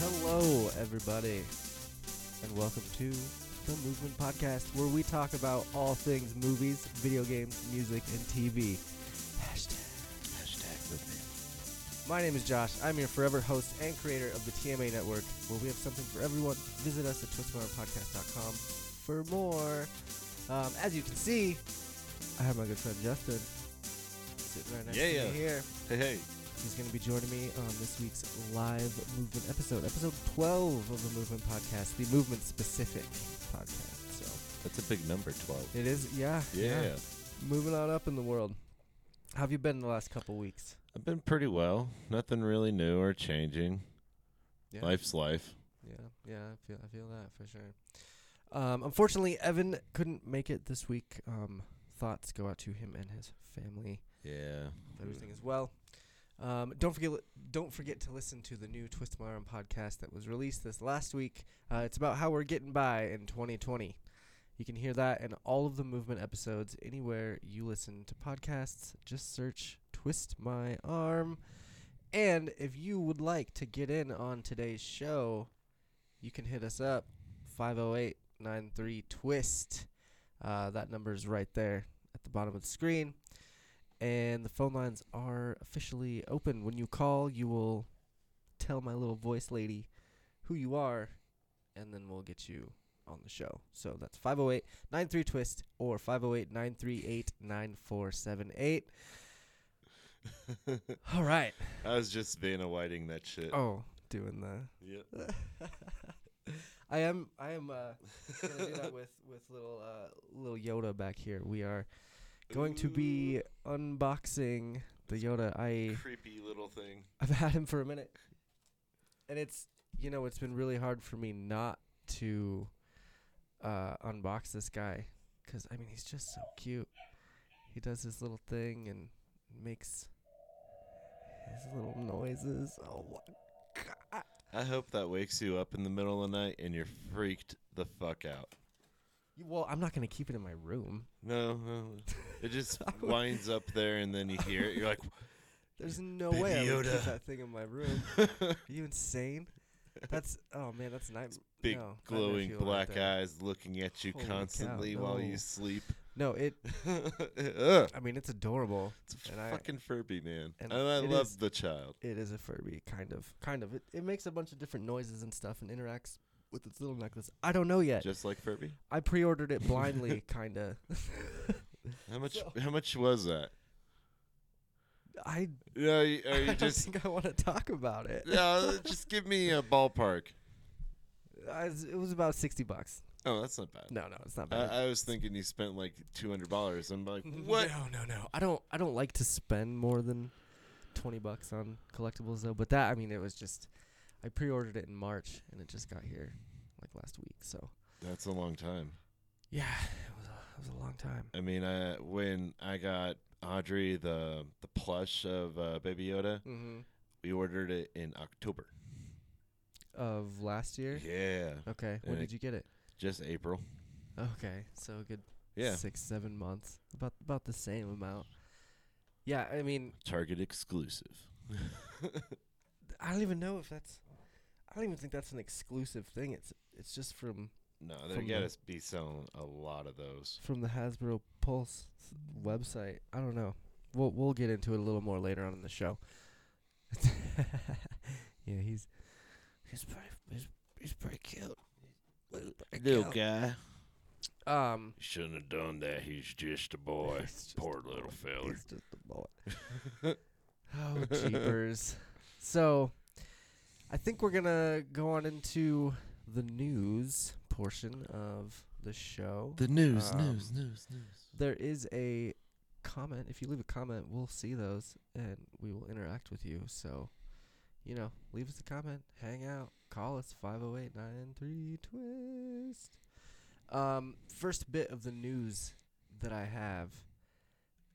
Hello, everybody, and welcome to the Movement Podcast, where we talk about all things movies, video games, music, and TV. Hashtag. Hashtag movement. My name is Josh. I'm your forever host and creator of the TMA Network, where we have something for everyone. Visit us at twistmodernpodcast.com for more. Um, as you can see, I have my good friend Justin sitting right next Yeah, to yeah. me here. Hey, hey. He's going to be joining me on this week's live movement episode, episode 12 of the Movement Podcast, the movement specific podcast. So That's a big number, 12. it is, yeah, Yeah. Moving on up in the world. How have you been the last couple weeks? I've been pretty well. Nothing really new or changing. Yeah. Life's life. Yeah, yeah, I feel, I feel that for sure. Um, unfortunately, Evan couldn't make it this week. Um, thoughts go out to him and his family. Yeah. with everything as well. Um, don't forget, don't forget to listen to the new Twist My Arm podcast that was released this last week. Uh, it's about how we're getting by in 2020. You can hear that and all of the movement episodes anywhere you listen to podcasts. Just search "Twist My Arm." And if you would like to get in on today's show, you can hit us up 508 93 Twist. Uh, that number is right there at the bottom of the screen and the phone lines are officially open. When you call, you will tell my little voice lady who you are, and then we'll get you on the show. So that's 508 93 Twist or 508 938 9478. All right. I was just Vanna Whiting that shit. Oh, doing the. Yeah. I am. I am. Uh, gonna do that with with little uh, little Yoda back here. We are going to be unboxing the Yoda. I Creepy little thing. I've had him for a minute. And it's you know, it's been really hard for me not to uh unbox this guy cuz I mean, he's just so cute. He does his little thing and makes his little noises. Oh my god. I hope that wakes you up in the middle of the night and you're freaked the fuck out. You- Well, I'm not going to keep it in my room. No, no. It just winds up there and then you hear it. You're like, There's no Baby way I would keep Yoda. that thing in my room. Are you insane? That's oh man, that's night big no, nightmare glowing fuel right black there. eyes looking at you Holy cow, constantly while no. you sleep. No, it Ugh. I mean, it's adorable. It's And I- fucking Furby, man. and And, I it love is- the child. it is a Furby, kind of, kind of. It, it makes a bunch of different noises and stuff, and interacts with its little necklace. I don't know yet. Just like Furby. I pre-ordered it blindly, kind of. How much So- how much was that? I, Yeah, you- are I you don't just think I want to talk about it. no, just give me a ballpark. I, it was about sixty bucks. Oh, that's not bad. No, no, it's not bad. Mm-hmm. I, I was thinking you spent like two hundred dollars. I'm like, what? No, no, no. I don't. I don't like to spend more than twenty bucks on collectibles, though. But that, I mean, it was just. I pre-ordered it in March, and it just got here, like last week. So That's a long time. yeah, it was a, it was a long time. I mean, I when I got Audrey the the plush of uh, Baby Yoda, Mm-hmm. we ordered it in October. Of last year. Yeah, Okay. When And did it- you get it? just April. Okay, so a good Yeah, six, seven months. About about the same amount. Yeah, I mean, Target exclusive. I don't even know if that's. I don't even think that's an exclusive thing. It's it's just from No, they From gotta the- s- be selling a lot of those. from the Hasbro Pulse website. I don't know. We'll we'll get into it a little more later on in the show. yeah, he's he's pretty he's, he's pretty cute. He's pretty cute. guy, Um, shouldn't have done that. He's just a boy. he's just Poor little fella. He's just a boy. oh, jeepers. So, I think we're going to go on into the news portion of the show. The news, Um, news, news, news. there is a comment. If you leave a comment, we'll see those and we will interact with you. So, you know, leave us a comment, hang out, call us 508 93 Twist. Um, first bit of the news that I have.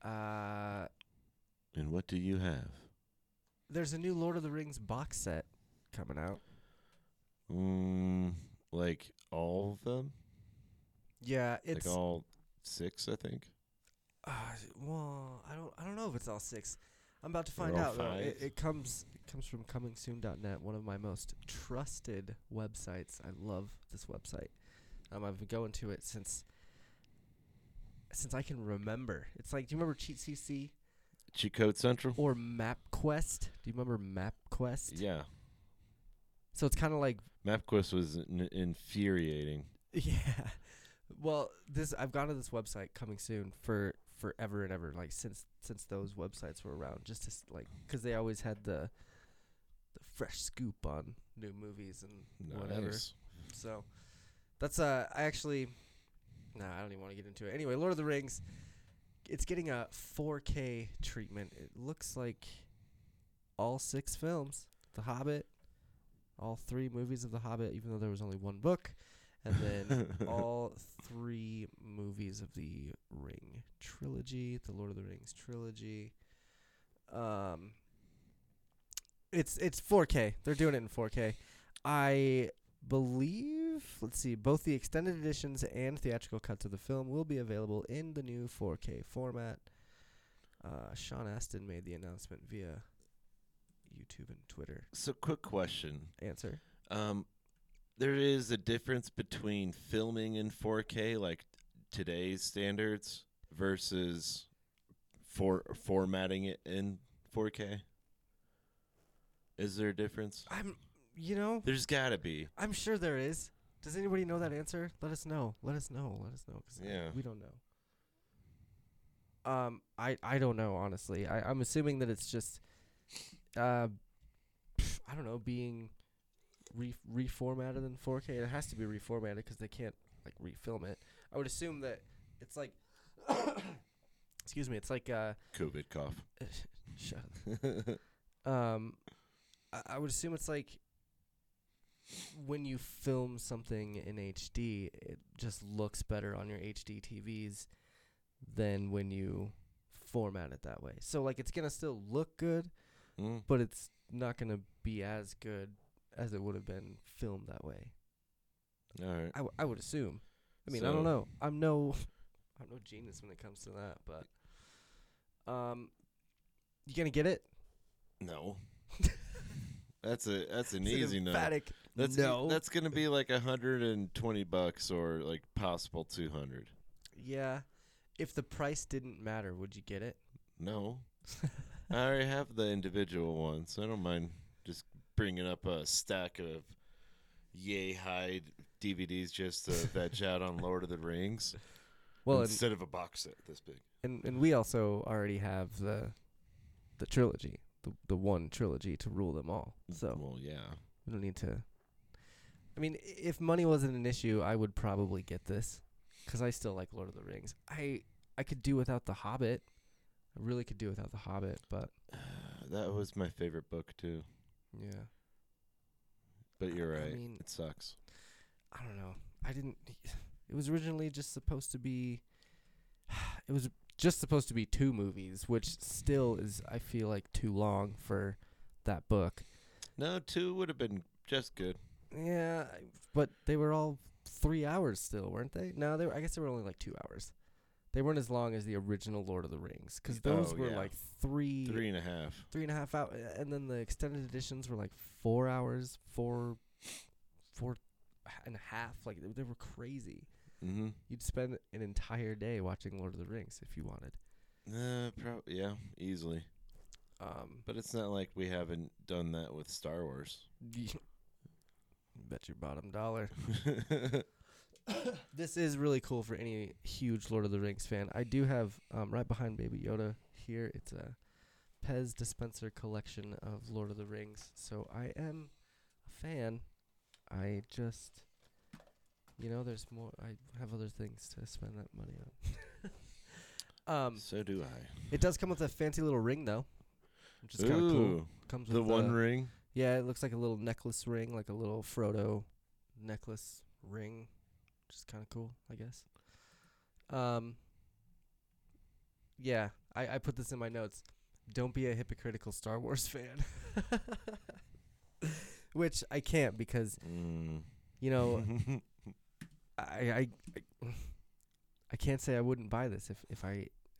Uh, And what do you have? there's a new Lord of the Rings box set coming out. Mm, like all of them? Yeah, it's like all six, I think. uh, well, I don't I don't know if it's all six. I'm about to find You're all out. Though. It, five? it comes it comes from comingsoon.net, one of my most trusted websites. I love this website. Um, I've been going to it since since I can remember. It's like, do you remember Cheat CC Cheat code central. or MapQuest? Do you remember MapQuest? Yeah, So it's kind of like MapQuest was n- infuriating. Yeah. Well, this I've gone to this website coming soon for forever and ever, like since since those websites were around, just to s- like because they always had the the fresh scoop on new movies and whatever. Nice. So that's uh, I actually, no, I don't even want to get into it. Anyway, Lord of the Rings, it's getting a 4K treatment. It looks like all six films, The Hobbit, all three movies of The Hobbit, even though there was only one book, and then all three movies of the Ring trilogy, the Lord of the Rings trilogy. Um, it's it's 4K. They're doing it in 4K. I believe. Let's see. Both the extended editions and theatrical cuts of the film will be available in the new 4K format. Uh, Sean Astin made the announcement via YouTube and Twitter. So, quick question. Answer. Um, there is a difference between filming in 4K, like today's standards, versus for formatting it in 4K. Is there a difference? I'm. You know. There's gotta be. I'm sure there is. Does anybody know that answer? Let us know. Let us know. Let us know. 'cause Yeah. We don't know. Um, I I don't know honestly. I I'm assuming that it's just, uh, I don't know, being re- reformatted in 4K. It has to be reformatted because they can't like refilm it. I would assume that it's like, excuse me, it's like uh, COVID cough. shut up. um, I, I would assume it's like when you film something in HD, it just looks better on your HD TVs than when you format it that way. So like it's gonna still look good, Mm. but it's not gonna be as good as it would have been filmed that way. All right. I, w- I would assume. I mean, I don't So- know. I'm no, I'm no genius when it comes to that. But, um, you gonna get it? No. that's a that's an It's easy no. emphatic That's g- no. that's gonna be like hundred and twenty bucks or like possible two hundred. yeah. If the price didn't matter, would you get it? No. I already have the individual ones. I don't mind just bringing up a stack of yay high DVDs just to veg out on Lord of the Rings Well, and, instead of a box set this big. and and we also already have the the trilogy, the the one trilogy to rule them all. So well, yeah. we don't need to. I mean, i- if money wasn't an issue, I would probably get this because I still like Lord of the Rings. I I could do without The Hobbit. I really could do without The Hobbit, but that was my favorite book too. yeah. But you're I right. mean- it sucks. I don't know. I didn't. It was originally just supposed to be. It was just supposed to be two movies, which still is, I feel like, too long for that book. No, two would have been just good. Yeah, I- but they were all three hours still, weren't they? No, they were. I guess they were only like two hours. They weren't as long as the original Lord of the Rings because those Oh, were yeah. like three, Three and a half. three and a half hours, and then the extended editions were like four hours, four, four and a half. Like they, they were crazy. Mm-hmm. You'd spend an entire day watching Lord of the Rings if you wanted. Uh, prob- yeah, easily. Um, But it's not like we haven't done that with Star Wars. bet your bottom dollar. this is really cool for any huge Lord of the Rings fan. I do have um, right behind Baby Yoda here. It's a Pez dispenser collection of Lord of the Rings. So I am a fan. I just, you know, there's more. I have other things to spend that money on. um, so do I. it does come with a fancy little ring though, which is kind of cool. Comes with the one the- ring. Yeah, it looks like a little necklace ring, like a little Frodo necklace ring, which is kind of cool, I guess. Um, yeah, I, I put this in my notes. Don't be a hypocritical Star Wars fan, which I can't because Mm. you know I, I I I can't say I wouldn't buy this if if I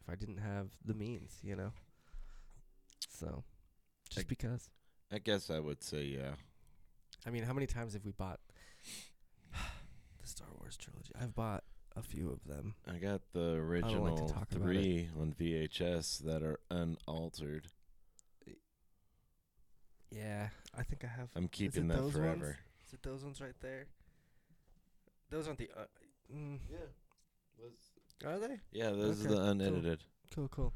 if I didn't have the means, you know. So, just Ag- because. I guess I would say yeah. I mean, how many times have we bought the Star Wars trilogy? I've bought a few of them. I got the don't original like to talk about it. three on VHS that are unaltered. Yeah, I think I have. I'm keeping that those ones? forever. Is it those ones right there? Those aren't the. Uh, mm, Yeah. are they? Yeah, those Okay, are the unedited. Cool, cool.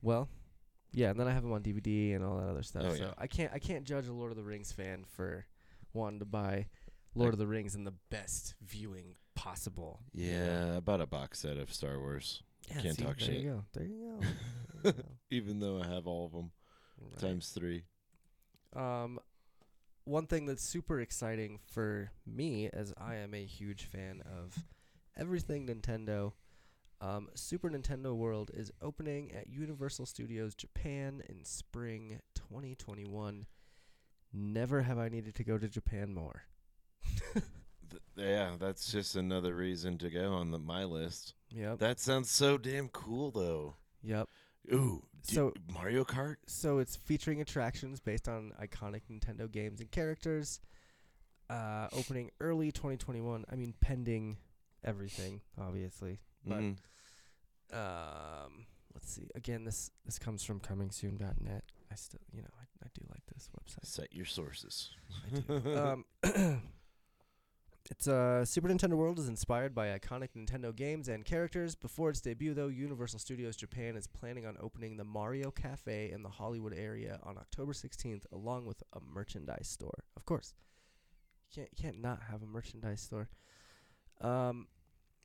Well, yeah, and then I have them on DVD and all that other stuff. Oh, so yeah. I can't I can't judge a Lord of the Rings fan for wanting to buy Lord of the Rings in the best viewing possible. you know? Yeah, I bought a box set of Star Wars, Yeah, Can't see, talk there shit. You go. There you go. There you even though I have all of them go. Oh, Right. times three. Um, one thing that's super exciting for me, as I am a huge fan of everything Nintendo, um, Super Nintendo World is opening at Universal Studios Japan in spring 2021. Never have I needed to go to Japan more. Th- yeah, that's just another reason to go on the, my list. Yep. That sounds so damn cool, though. Yep. Ooh, d- So- Mario Kart. So it's featuring attractions based on iconic Nintendo games and characters. Uh, opening early 2021. I mean, pending everything, obviously. But- Mhm. um let's see again this this comes from comingsoon.net i still you know i, I do like this website Set your sources. I do. um it's uh super nintendo world is inspired by iconic nintendo games and characters before its debut though universal studios japan is planning on opening the mario cafe in the hollywood area on october 16th along with a merchandise store of course you can't, you can't not have a merchandise store um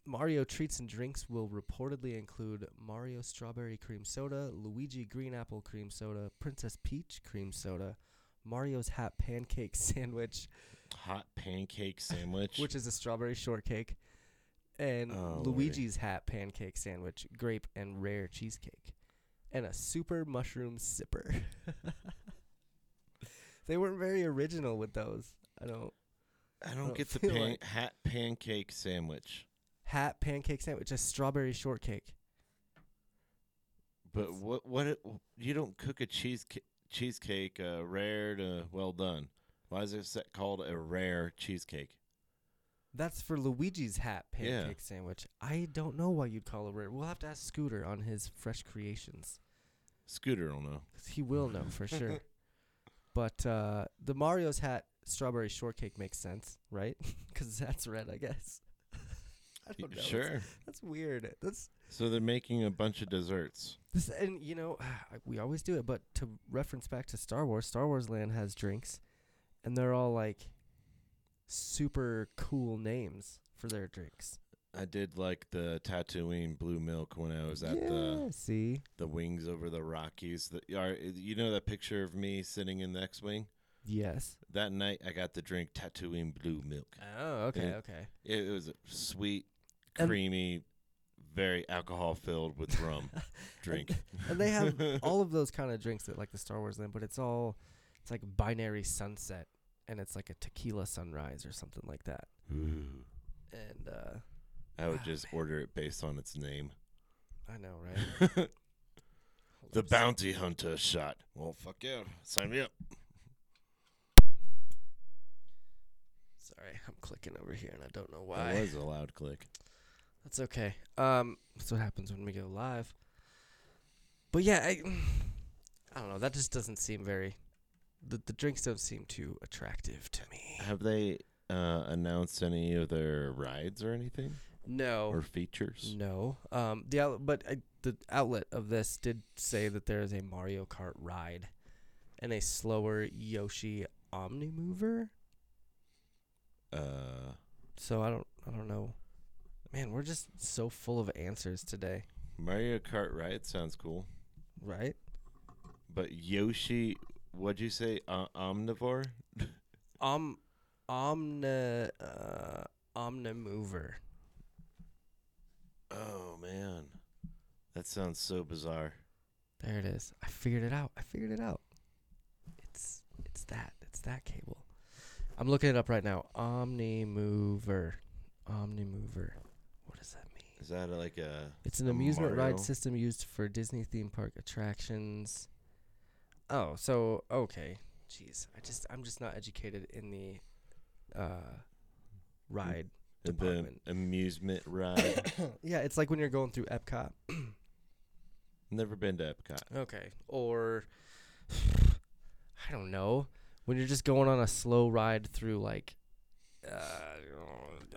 Mario treats and drinks will reportedly include Mario strawberry cream soda, Luigi green apple cream soda, Princess Peach cream soda, Mario's hat pancake sandwich, Hot pancake sandwich. which is a strawberry shortcake, and Oh, Lordy. Luigi's hat pancake sandwich, grape and rare cheesecake, and a super mushroom sipper. they weren't very original with those. I don't I don't don't get the feel pan- like- hat pancake sandwich. hat pancake sandwich, a strawberry shortcake. But what what it, you don't cook a cheese cheesecake uh, rare to well done. Why is it set called a rare cheesecake? That's for Luigi's hat Yeah. pancake sandwich. I don't know why you'd call it rare. We'll have to ask Scooter on his fresh creations. Scooter will know. 'cause he will know for sure. But uh, the Mario's hat strawberry shortcake makes sense, right? Because that's red, I guess. I Y- don't know. that's- sure. That's weird. That's So they're making a bunch of desserts. this, and you know, we always do it. But to reference back to Star Wars, Star Wars Land has drinks, and they're all like super cool names for their drinks. I did like the Tatooine blue milk when I was at the Yeah, see. the wings over the Rockies. The, are, you know that picture of me sitting in the X-wing Yes. that night? I got to drink Tatooine blue milk. Oh, okay, Yeah. okay. It, it was a sweet, And- creamy, very alcohol filled with rum drink. And they have all of those kind of drinks that like the Star Wars land, but it's all it's like binary sunset and it's like a tequila sunrise or something like that. Ooh. And uh I would Oh, just order it based on its name. I know, right? Hold the up a sec. bounty hunter shot. Well, fuck yeah, sign me up. Sorry, I'm clicking over here and I don't know That why. was a loud click. That's okay. Um that's what happens when we go live. But yeah, I I don't know, that just doesn't seem very the, the drinks don't seem too attractive to me. Have they uh, announced any of their rides or anything No. or features? No. Um. The out- but I, the outlet of this did say that there is a Mario Kart ride, and a slower Yoshi Omnimover. Uh, So I don't. I don't know. Man, we're just so full of answers today, Mario Kart ride sounds cool, right? but Yoshi, what'd you say? Uh, omnivore? Um, Omni uh, Omnimover. Oh man, that sounds so bizarre. There it is. I figured it out. I figured it out. It's it's that. It's that cable. I'm looking it up right now. Omnimover. Omnimover. What does that mean? Is that like a? It's an amusement Mario. ride system used for Disney theme park attractions. Oh, so okay. Jeez, I just I'm just not educated in the uh, ride And the department. amusement ride. yeah, it's like when you're going through Epcot. Never been to Epcot. Okay. Or I don't know when you're just going on a slow ride through like uh,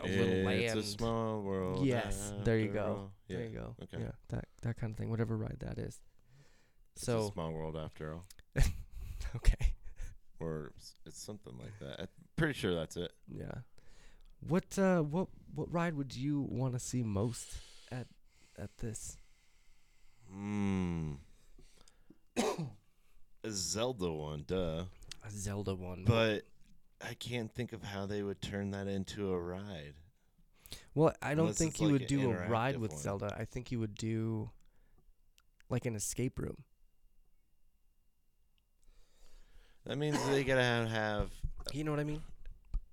a little it's land. a small world. Yes, there you after go. all. Yeah. There you go. okay. Yeah, that that kind of thing. Whatever ride that is. It's a So small world after all, okay. or s- it's something like that. I'm pretty sure that's it. Yeah. What uh what what ride would you want to see most at at this? Hmm. a Zelda one, duh. A Zelda one. But I can't think of how they would turn that into a ride. well, I don't unless think it's you like would an do a ride interactive with one. Zelda. I think you would do like an escape room. That means they gotta have, have. You know what I mean?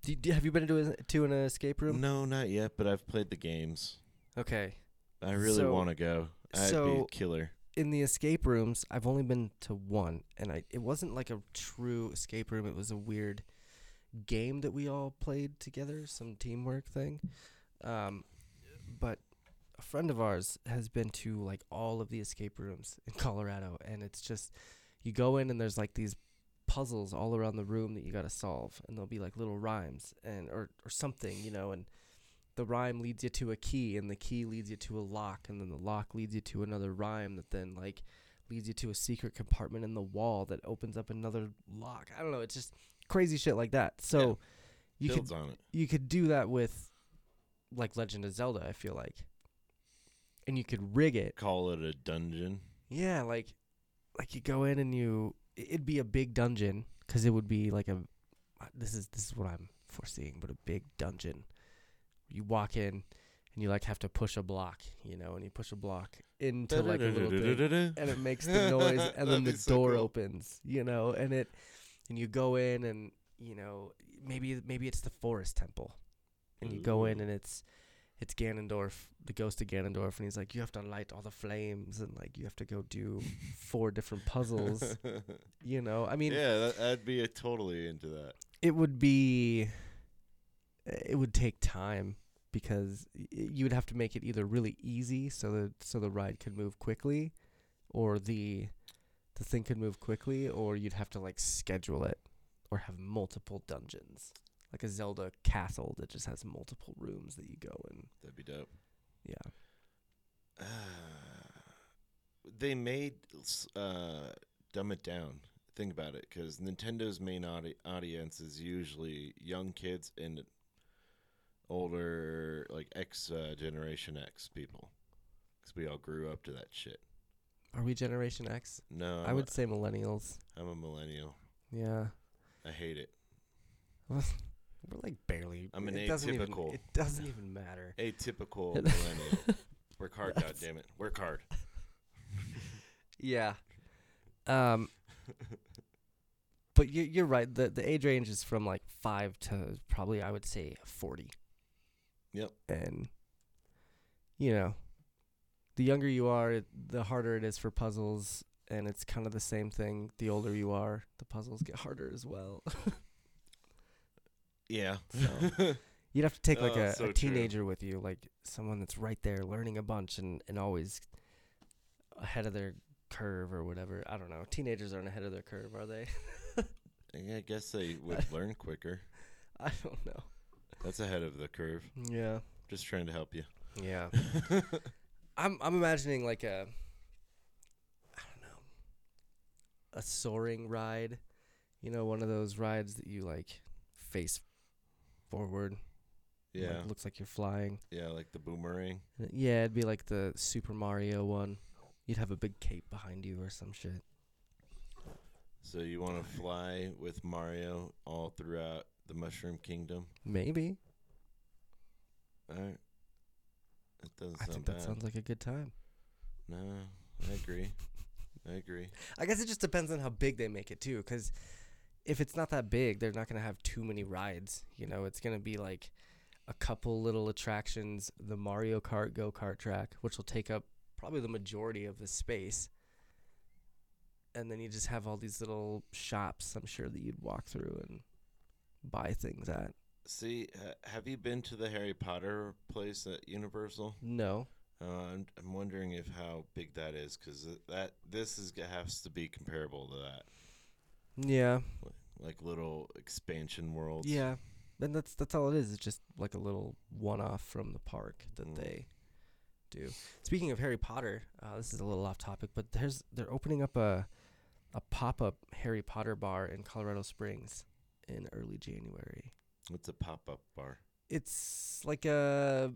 Do, do, have you been to an, to an escape room? No, not yet. But I've played the games. Okay. I really So- want to go. I'd be so- a killer. In the escape rooms, I've only been to one, and I it wasn't like a true escape room. It was a weird game that we all played together, some teamwork thing. Um, but a friend of ours has been to like all of the escape rooms in Colorado, and it's just you go in and there's like these puzzles all around the room that you got to solve, and there'll be like little rhymes and or or something, you know, and the rhyme leads you to a key, and the key leads you to a lock, and then the lock leads you to another rhyme that then like leads you to a secret compartment in the wall that opens up another lock. I don't know, it's just crazy shit like that. So you could Builds on it. you could do that with like Legend of Zelda, I feel like. And you could rig it. Call it a dungeon. Yeah, like like you go in and you i- it'd be a big dungeon cuz it would be like a uh, this is this is what I'm foreseeing, but a big dungeon. You walk in and you like have to push a block, you know, and you push a block into like a little thing and it makes the noise and then That'd the be so door cool. opens you know and it and you go in and you know maybe maybe it's the forest temple and you go in Ooh. and it's it's Ganondorf the ghost of Ganondorf and he's like you have to light all the flames and like you have to go do four different puzzles you know i mean yeah, that, I'd be uh, totally into that. it would be it would take time because y- you would have to make it either really easy so that so the ride could move quickly or the the thing could move quickly or you'd have to like schedule it or have multiple dungeons like a Zelda castle that just has multiple rooms that you go in That'd be dope. yeah Uh, they made s- uh, dumb it down. Think about it, because Nintendo's main audi- audience is usually young kids and older, like X uh, Generation X people, because we all grew up to that shit. are we generation X No, I'm I would say millennials A, I'm a millennial. yeah I hate it. we're like barely I'm an it doesn't even- atypical. it doesn't even matter Atypical millennial. Work hard, That's- goddammit. it. Work hard. Yeah. Um but you you're right. The the age range is from like 5 to probably I would say 40. Yep. And you know, the younger you are, the harder it is for puzzles and it's kind of the same thing. The older you are, the puzzles get harder as well. Yeah. So- You'd have to take like Oh, a, so a true. teenager with you, like someone that's right there learning a bunch and, and always ahead of their curve or whatever. I don't know. Teenagers aren't ahead of their curve, are they? I guess they would learn quicker. I don't know. That's ahead of the curve. Yeah. Just trying to help you. Yeah. I'm I'm imagining like a I don't know. A soaring ride. You know, one of those rides that you like face forward. and, Yeah. Like, looks like you're flying. Yeah, like the boomerang. Uh, Yeah, it'd be like the Super Mario one. You'd have a big cape behind you or some shit. So you want to fly with Mario all throughout the Mushroom Kingdom? Maybe. All right. That doesn't I sound think bad. that sounds like a good time. no, I agree. I agree. I guess it just depends on how big they make it too, because if it's not that big, they're not gonna have too many rides. You know, it's gonna be like a couple little attractions, the Mario Kart go kart track, which will take up probably the majority of the space, and then you just have all these little shops. I'm sure that you'd walk through and buy things at. See, ha- have you been to the Harry Potter place at Universal? No, Uh, I'm, I'm wondering if how big that is because that this is has to be comparable to that, yeah, like little expansion worlds. yeah. And that's that's all it is. It's just like a little one-off from the park that Mm. they do. Speaking of Harry Potter, uh, this is a little off topic, but there's they're opening up a a pop-up Harry Potter bar in Colorado Springs in early January. it's a pop up bar. it's like a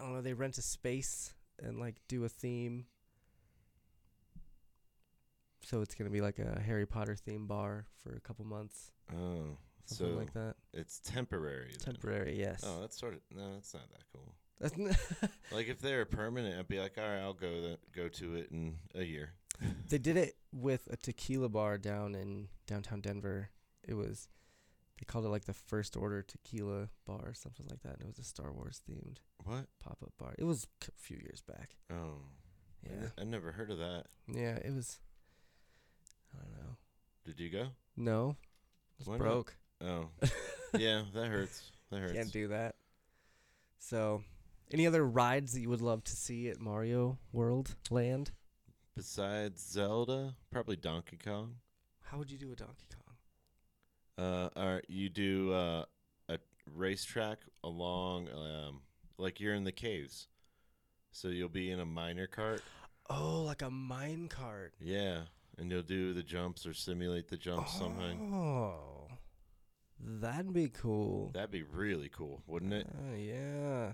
I don't know, they rent a space and like do a theme. So it's gonna be like a Harry Potter theme bar for a couple months, Oh, something so like that. it's temporary. Then. Temporary, yes. Oh, that's sort of no, that's not that cool. That's n- Like if they were permanent, I'd be like, all right, I'll go th- go to it in a year. they did it with a tequila bar down in downtown Denver. It was they called it like the First Order Tequila Bar or something like that, and it was a Star Wars themed What? pop up bar. It was a few years back. Oh, I Yeah, n- I never heard of that. yeah, it was. I don't know. Did you go? No. It's Why not? broke. Oh, yeah, that hurts. That hurts. Can't do that. So, any other rides that you would love to see at Mario World Land? Besides Zelda, probably Donkey Kong. How would you do a Donkey Kong? Uh, all right, you do uh, a racetrack along, um, like you're in the caves, so you'll be in a minor cart. Oh, like a mine cart. Yeah, and you'll do the jumps or simulate the jumps somehow. Oh, that'd be cool. That'd be really cool, wouldn't it? Oh, yeah.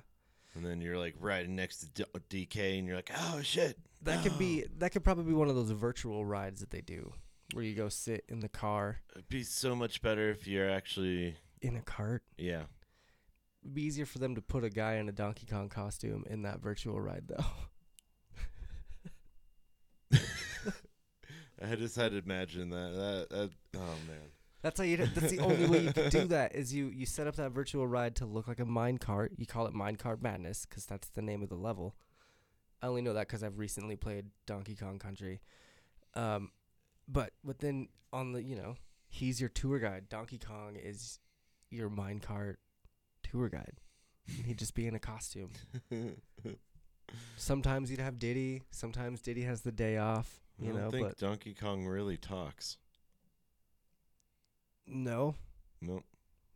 And then you're like riding next to D- DK, and you're like, oh shit. That could be. no." That could probably be one of those virtual rides that they do, where you go sit in the car It'd be so much better if you're actually, in a cart. yeah. It'd be easier for them to put a guy in a Donkey Kong costume in that virtual ride, though. I just had to imagine that. That, that oh man. That's how you. do- That's the only way you can do that is you you set up that virtual ride to look like a mine cart. You call it mine cart madness because that's the name of the level. I only know that because I've recently played Donkey Kong Country. Um, but but then on the you know he's your tour guide. Donkey Kong is your mine cart tour guide. And he'd just be in a costume. Sometimes you'd have Diddy. Sometimes Diddy has the day off. You I don't know, think but Donkey Kong really talks. no, No,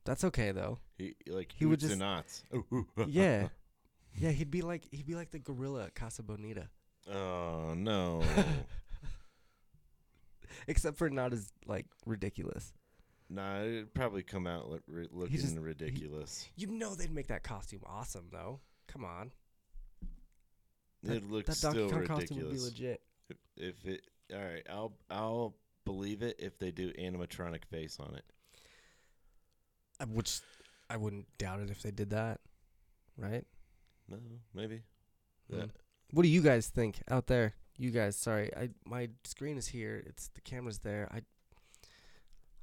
that's okay though. he like He would just- not. yeah. Yeah, he'd be like he'd be like the gorilla at Casa Bonita. Oh no. Except for not as like ridiculous. nah, it'd probably come out li- ri- looking just- ridiculous. You know they'd make that costume awesome though. Come on. that- it looks That still Donkey Kong costume would be ridiculous. legit. If- if it, all right, I'll I'll believe it if they do animatronic face on it. Uh, Which I wouldn't doubt it if they did that. Right? No, maybe. Mm. That- What do you guys think out there? You guys, sorry. I my screen is here. It's the camera's there. I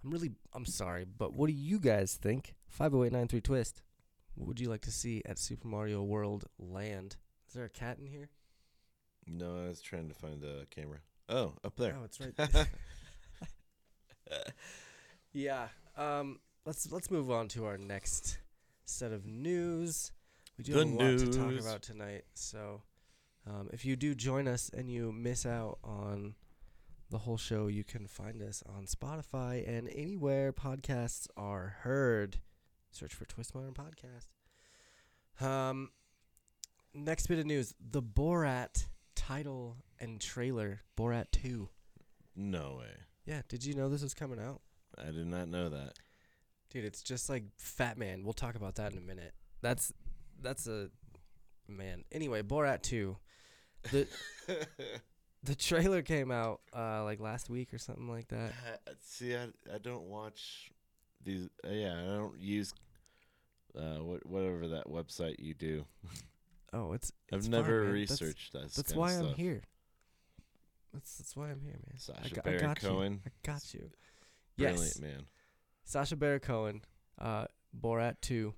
I'm really I'm sorry, but what do you guys think? 5089 twist. What would you like to see at Super Mario World Land? Is there a cat in here? No, I was trying to find the camera. Oh, up there. Oh, it's right. yeah. Um. Let's let's move on to our next set of news. We do The have a lot to talk news. about tonight. So, um, if you do join us and you miss out on the whole show, you can find us on Spotify and anywhere podcasts are heard. Search for Twist Modern Podcast. Um. Next bit of news: the Borat title and trailer, Borat Two. No way. Yeah, did you know this was coming out? I did not know that. Dude, it's just like Fat Man. We'll talk about that in a minute. That's that's a man. Anyway, Borat 2. The the trailer came out uh like last week or something like that. I- See, I, I don't watch these. Uh, yeah, I don't use uh, what whatever that website you do. Oh, it's, I've it's fine, never man. That's- researched that. That's, why I'm here. That's that's why I'm here, man. I Sasha got- I Baron got you. Cohen, I got you. brilliant Yes. man. Sasha Baron Cohen, uh, Borat 2.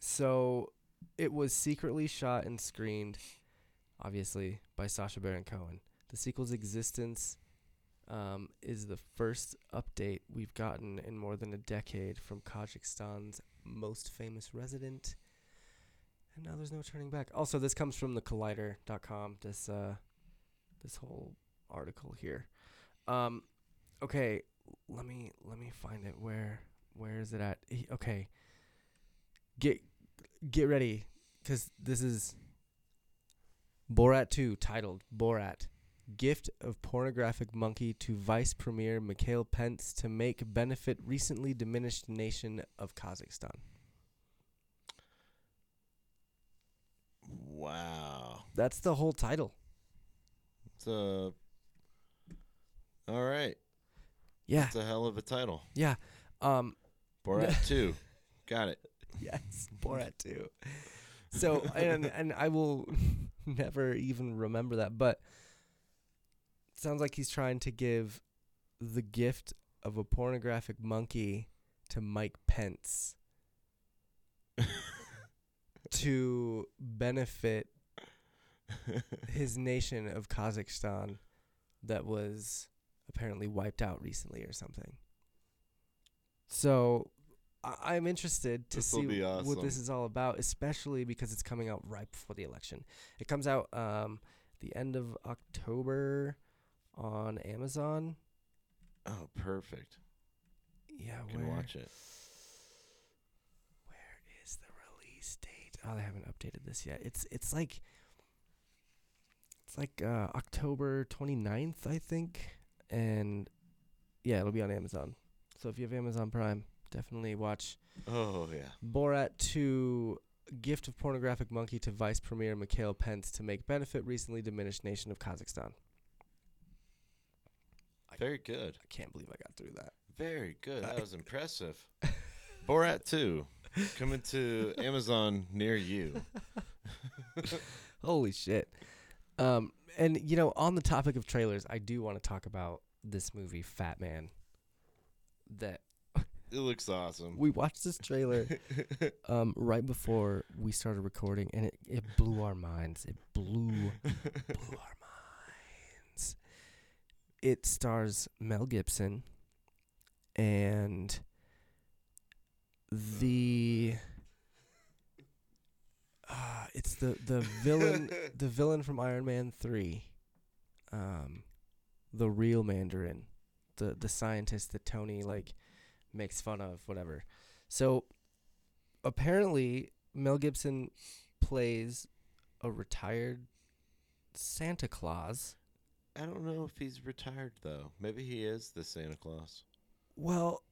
So it was secretly shot and screened, obviously, by Sasha Baron Cohen. The sequel's existence um, is the first update we've gotten in more than a decade from Kazakhstan's most famous resident. And now there's no turning back. Also, this comes from the Collider.com. This uh, this whole article here. Um, okay, let me let me find it. Where where is it at? He- Okay, get get ready, cause this is Borat Two, titled Borat: Gift of Pornographic Monkey to Vice Premier Mikhail Pence to make benefit recently diminished nation of Kazakhstan. Wow. That's the whole title. So, all right. Yeah, It's a hell of a title. yeah. Um, Borat 2. Got it. Yes, Borat too. So and and I will never even remember that, but it sounds like he's trying to give the gift of a pornographic monkey to Mike Pence to benefit his nation of Kazakhstan that was apparently wiped out recently or something. So I- I'm interested to This'll see be what this awesome. is all about, especially because it's coming out right before the election. It comes out um, the end of October on Amazon. Oh, perfect. Yeah, I can where watch it. where is the release date? Oh, they haven't updated this yet. It's it's like it's like uh, October 29th, I think, and yeah, it'll be on Amazon. So if you have Amazon Prime, definitely watch Oh, yeah. Borat 2 Gift of Pornographic Monkey to Vice Premier Mikhail Pence to make benefit recently diminished nation of Kazakhstan. Very good. I can't believe I got through that. Very good. That was impressive. Borat 2 coming to Amazon near you. Holy shit. Um, and you know, on the topic of trailers, I do want to talk about this movie, Fat Man. That It looks awesome. we watched this trailer um, right before we started recording, and it, it blew our minds. It blew blew our minds. It stars Mel Gibson and the uh, it's the the villain the villain from Iron Man three, um, the real Mandarin, the the scientist that Tony like makes fun of, whatever. So apparently Mel Gibson plays a retired Santa Claus. I don't know if he's retired though. Maybe he is the Santa Claus. Well,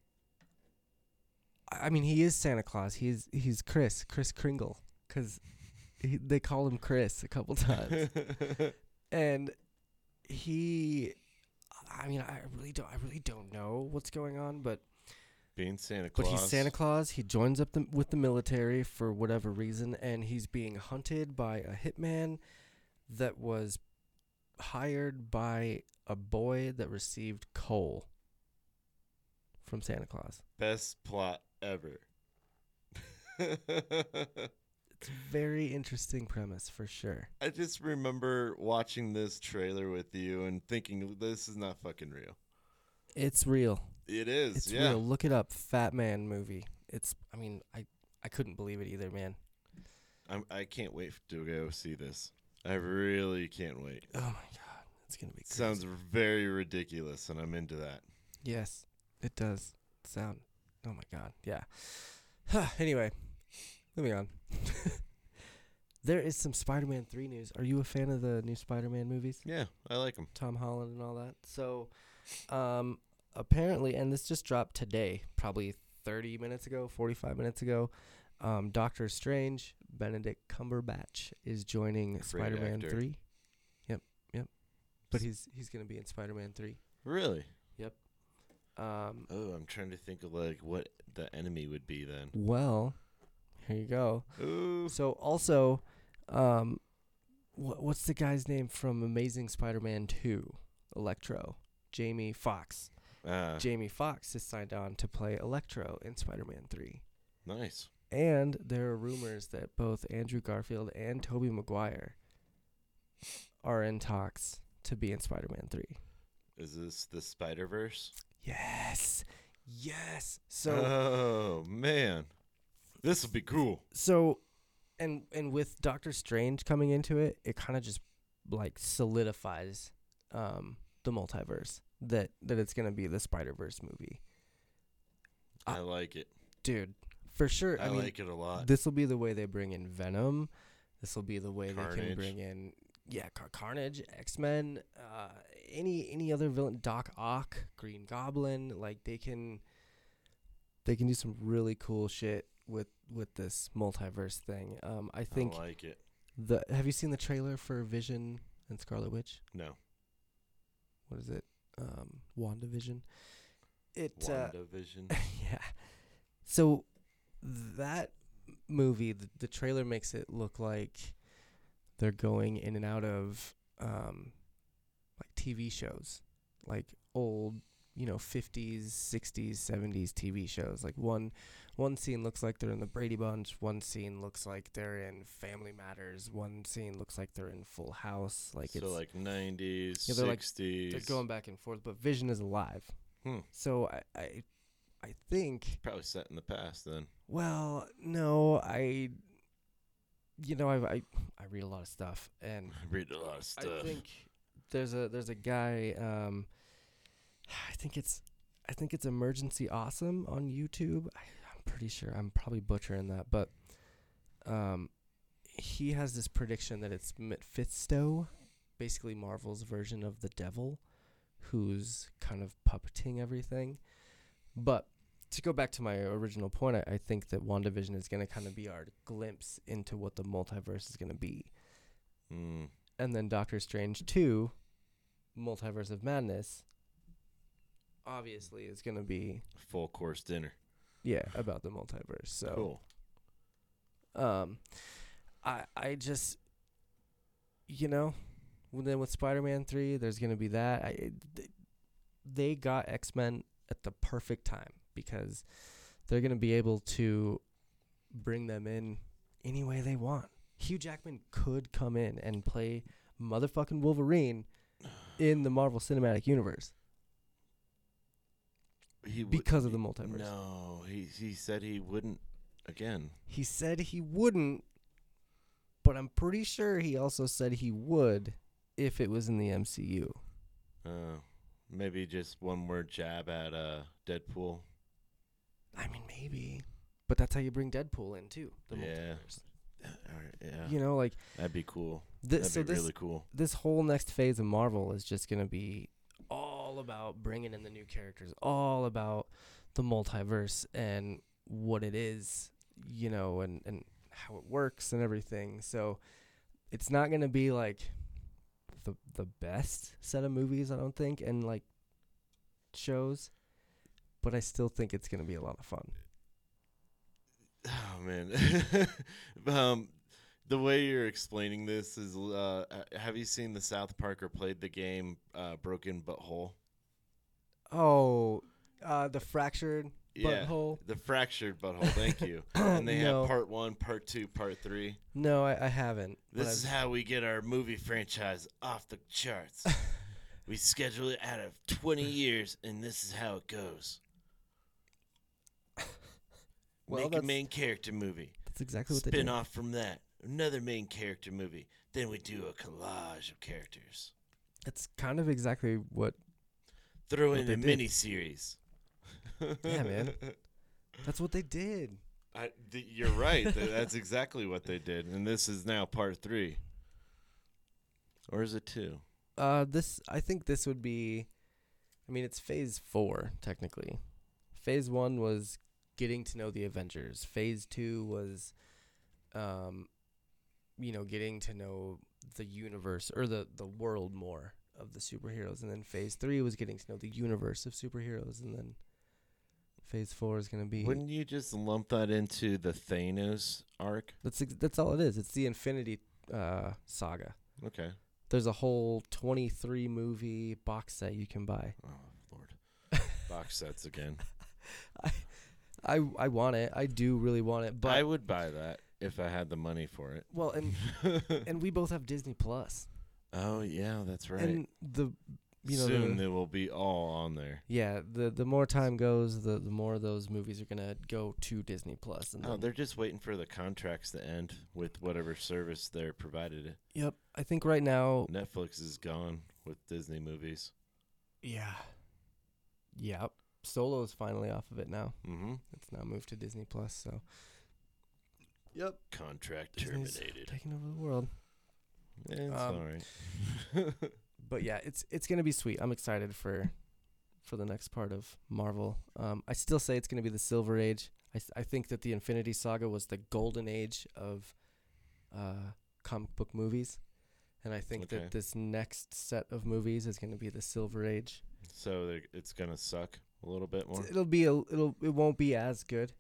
I I mean he is Santa Claus. He's he's Chris Chris Kringle because they call him Chris a couple times. and he i mean i really don't i really don't know what's going on but Being Santa but Claus. he's santa claus he joins up the, with the military for whatever reason and he's being hunted by a hitman that was hired by a boy that received coal from santa claus Best plot ever. it's a very interesting premise for sure I just remember watching this trailer with you and thinking this is not fucking real. it's real It is, it's yeah. real look it up fat man movie it's i mean i i couldn't believe it either man I'm, I can't wait to go see this. I really can't wait. oh my god it's gonna be crazy. Sounds very ridiculous, and I'm into that. Yes, it does sound. Oh my god, yeah. anyway, moving on. there is some Spider-Man three news. Are you a fan of the new Spider-Man movies? Yeah, I like him. Tom Holland and all that. So, um, apparently, and this just dropped today, probably 30 minutes ago, 45 minutes ago. Um, Doctor Strange, Benedict Cumberbatch is joining Spider-Man actor. three. Yep, yep. But S- he's he's gonna be in Spider-Man three. Really? Um, Oh, I'm trying to think of like what the enemy would be then. well, here you go. Ooh. So also, um, wha what's the guy's name from Amazing Spider-Man Two? Electro, Jamie Fox. Ah, Jamie Fox is signed on to play Electro in Spider-Man Three. nice. And there are rumors that both Andrew Garfield and Tobey Maguire are in talks to be in Spider-Man Three. Is this the Spider Verse? Yes. Yes. So oh man, this will be cool. so and and with Doctor Strange coming into it, it kind of just like solidifies um the multiverse that that it's going to be the Spider-Verse movie. I like it. Dude, for sure. I, I, mean, like it a lot. this will be the way they bring in Venom. This will be the way they can Carnage. bring in yeah, Car- Carnage, X Men, uh, any any other villain, Doc Ock, Green Goblin. Like they can, they can do some really cool shit with with this multiverse thing. Um, I think I like it. the have you seen the trailer for Vision and Scarlet Witch? No, What is it? Um, WandaVision. It uh, WandaVision. yeah. So that movie, the, the trailer makes it look like they're going in and out of um, like TV shows, like old, you know, 50s, 60s, 70s TV shows. Like one one scene looks like they're in the Brady Bunch, one scene looks like they're in Family Matters, one scene looks like they're in Full House. Like so it's like nineties, Yeah, they're like- sixties. they're going back and forth, but Vision is alive. Hmm. So I I, I think probably set in the past then. Well, no, I. You know, I I, I read a lot of stuff, and I read a lot of stuff. I think there's a there's a guy. Um, I think it's I think it's Emergency Awesome on YouTube. I, I'm pretty sure. I'm probably butchering that, but um, he has this prediction that it's Mephisto, basically Marvel's version of the devil, who's kind of puppeting everything. But to go back to my original point, I, I think that WandaVision is going to kind of be our glimpse into what the multiverse is going to be Mm. and then Doctor Strange 2 Multiverse of Madness obviously is going to be Full course dinner. yeah about the multiverse. So Cool. um I I just you know well, then with Spider-Man 3 there's going to be that I it- th- they got X-Men at the perfect time because they're going to be able to bring them in any way they want. Hugh Jackman could come in and play motherfucking Wolverine in the Marvel Cinematic Universe He would- because of the multiverse. No, he he said he wouldn't again. He said he wouldn't, but I'm pretty sure he also said he would if it was in the MCU. Uh, maybe just one more jab at uh Deadpool. I mean, maybe, but that's how you bring Deadpool in too. The Yeah. multiverse. Alright, yeah, You know, like that'd be cool. this. That'd So be this really cool. this whole next phase of Marvel is just gonna be all about bringing in the new characters, all about the multiverse and what it is, you know, and and how it works and everything. So it's not gonna be like the the best set of movies, I don't think, and like shows, but I still think it's gonna be a lot of fun. Oh man, um, the way you're explaining this is, uh, uh, have you seen the South Parker played the game uh, Broken But Whole? Oh, uh, the fractured butthole. the fractured butthole. Thank you. and they No. have part one, part two, part three. No, I, I haven't. but This is how we get our movie franchise off the charts. I've- we schedule it out of 20 years, and this is how it goes. Well, Make a that's- main character movie. that's exactly what they Spin did. off from that. Another main character movie. Then we do a collage of characters. It's kind of exactly what. Throw What in they a did. mini series. Yeah, man. That's what they did. I, th- you're right. Th- That's exactly what they did, and this is now part three. Or is it two? Uh, this I think this would be. I mean, it's phase four technically. Phase one was getting to know the Avengers. Phase two was, um, you know, getting to know the universe or the the world more of the superheroes, and then phase three was getting to know the universe of superheroes, and then phase four is gonna be. Wouldn't you just lump that into the Thanos arc? that's ex- that's all it is. It's the Infinity uh, Saga. Okay. There's a whole 23 movie box set you can buy. Oh Lord. Box sets again. I I want it. I do really want it. But I would buy that if I had the money for it. well, and and we both have Disney Plus. oh yeah, that's right. And the you know, Soon the, they will be all on there. yeah, the the more time goes, the the more those movies are gonna go to Disney Plus. And No, then- Oh, they're just waiting for the contracts to end with whatever service they're provided. yep, I think right now, Netflix is gone with Disney movies. yeah, yep, Solo is finally off of it now. Mm-hmm. It's now moved to Disney Plus. So, yep, Contract Disney's terminated. taking over the world. Eh, it's Um, all right. but yeah, it's it's gonna be sweet. I'm excited for for the next part of Marvel. Um, I still say it's gonna be the Silver Age. I s- I think that the Infinity Saga was the golden age of uh, comic book movies, and I think Okay. that this next set of movies is gonna be the Silver Age. so they're- it's gonna suck a little bit more. It's- It'll be a it'll it won't be as good,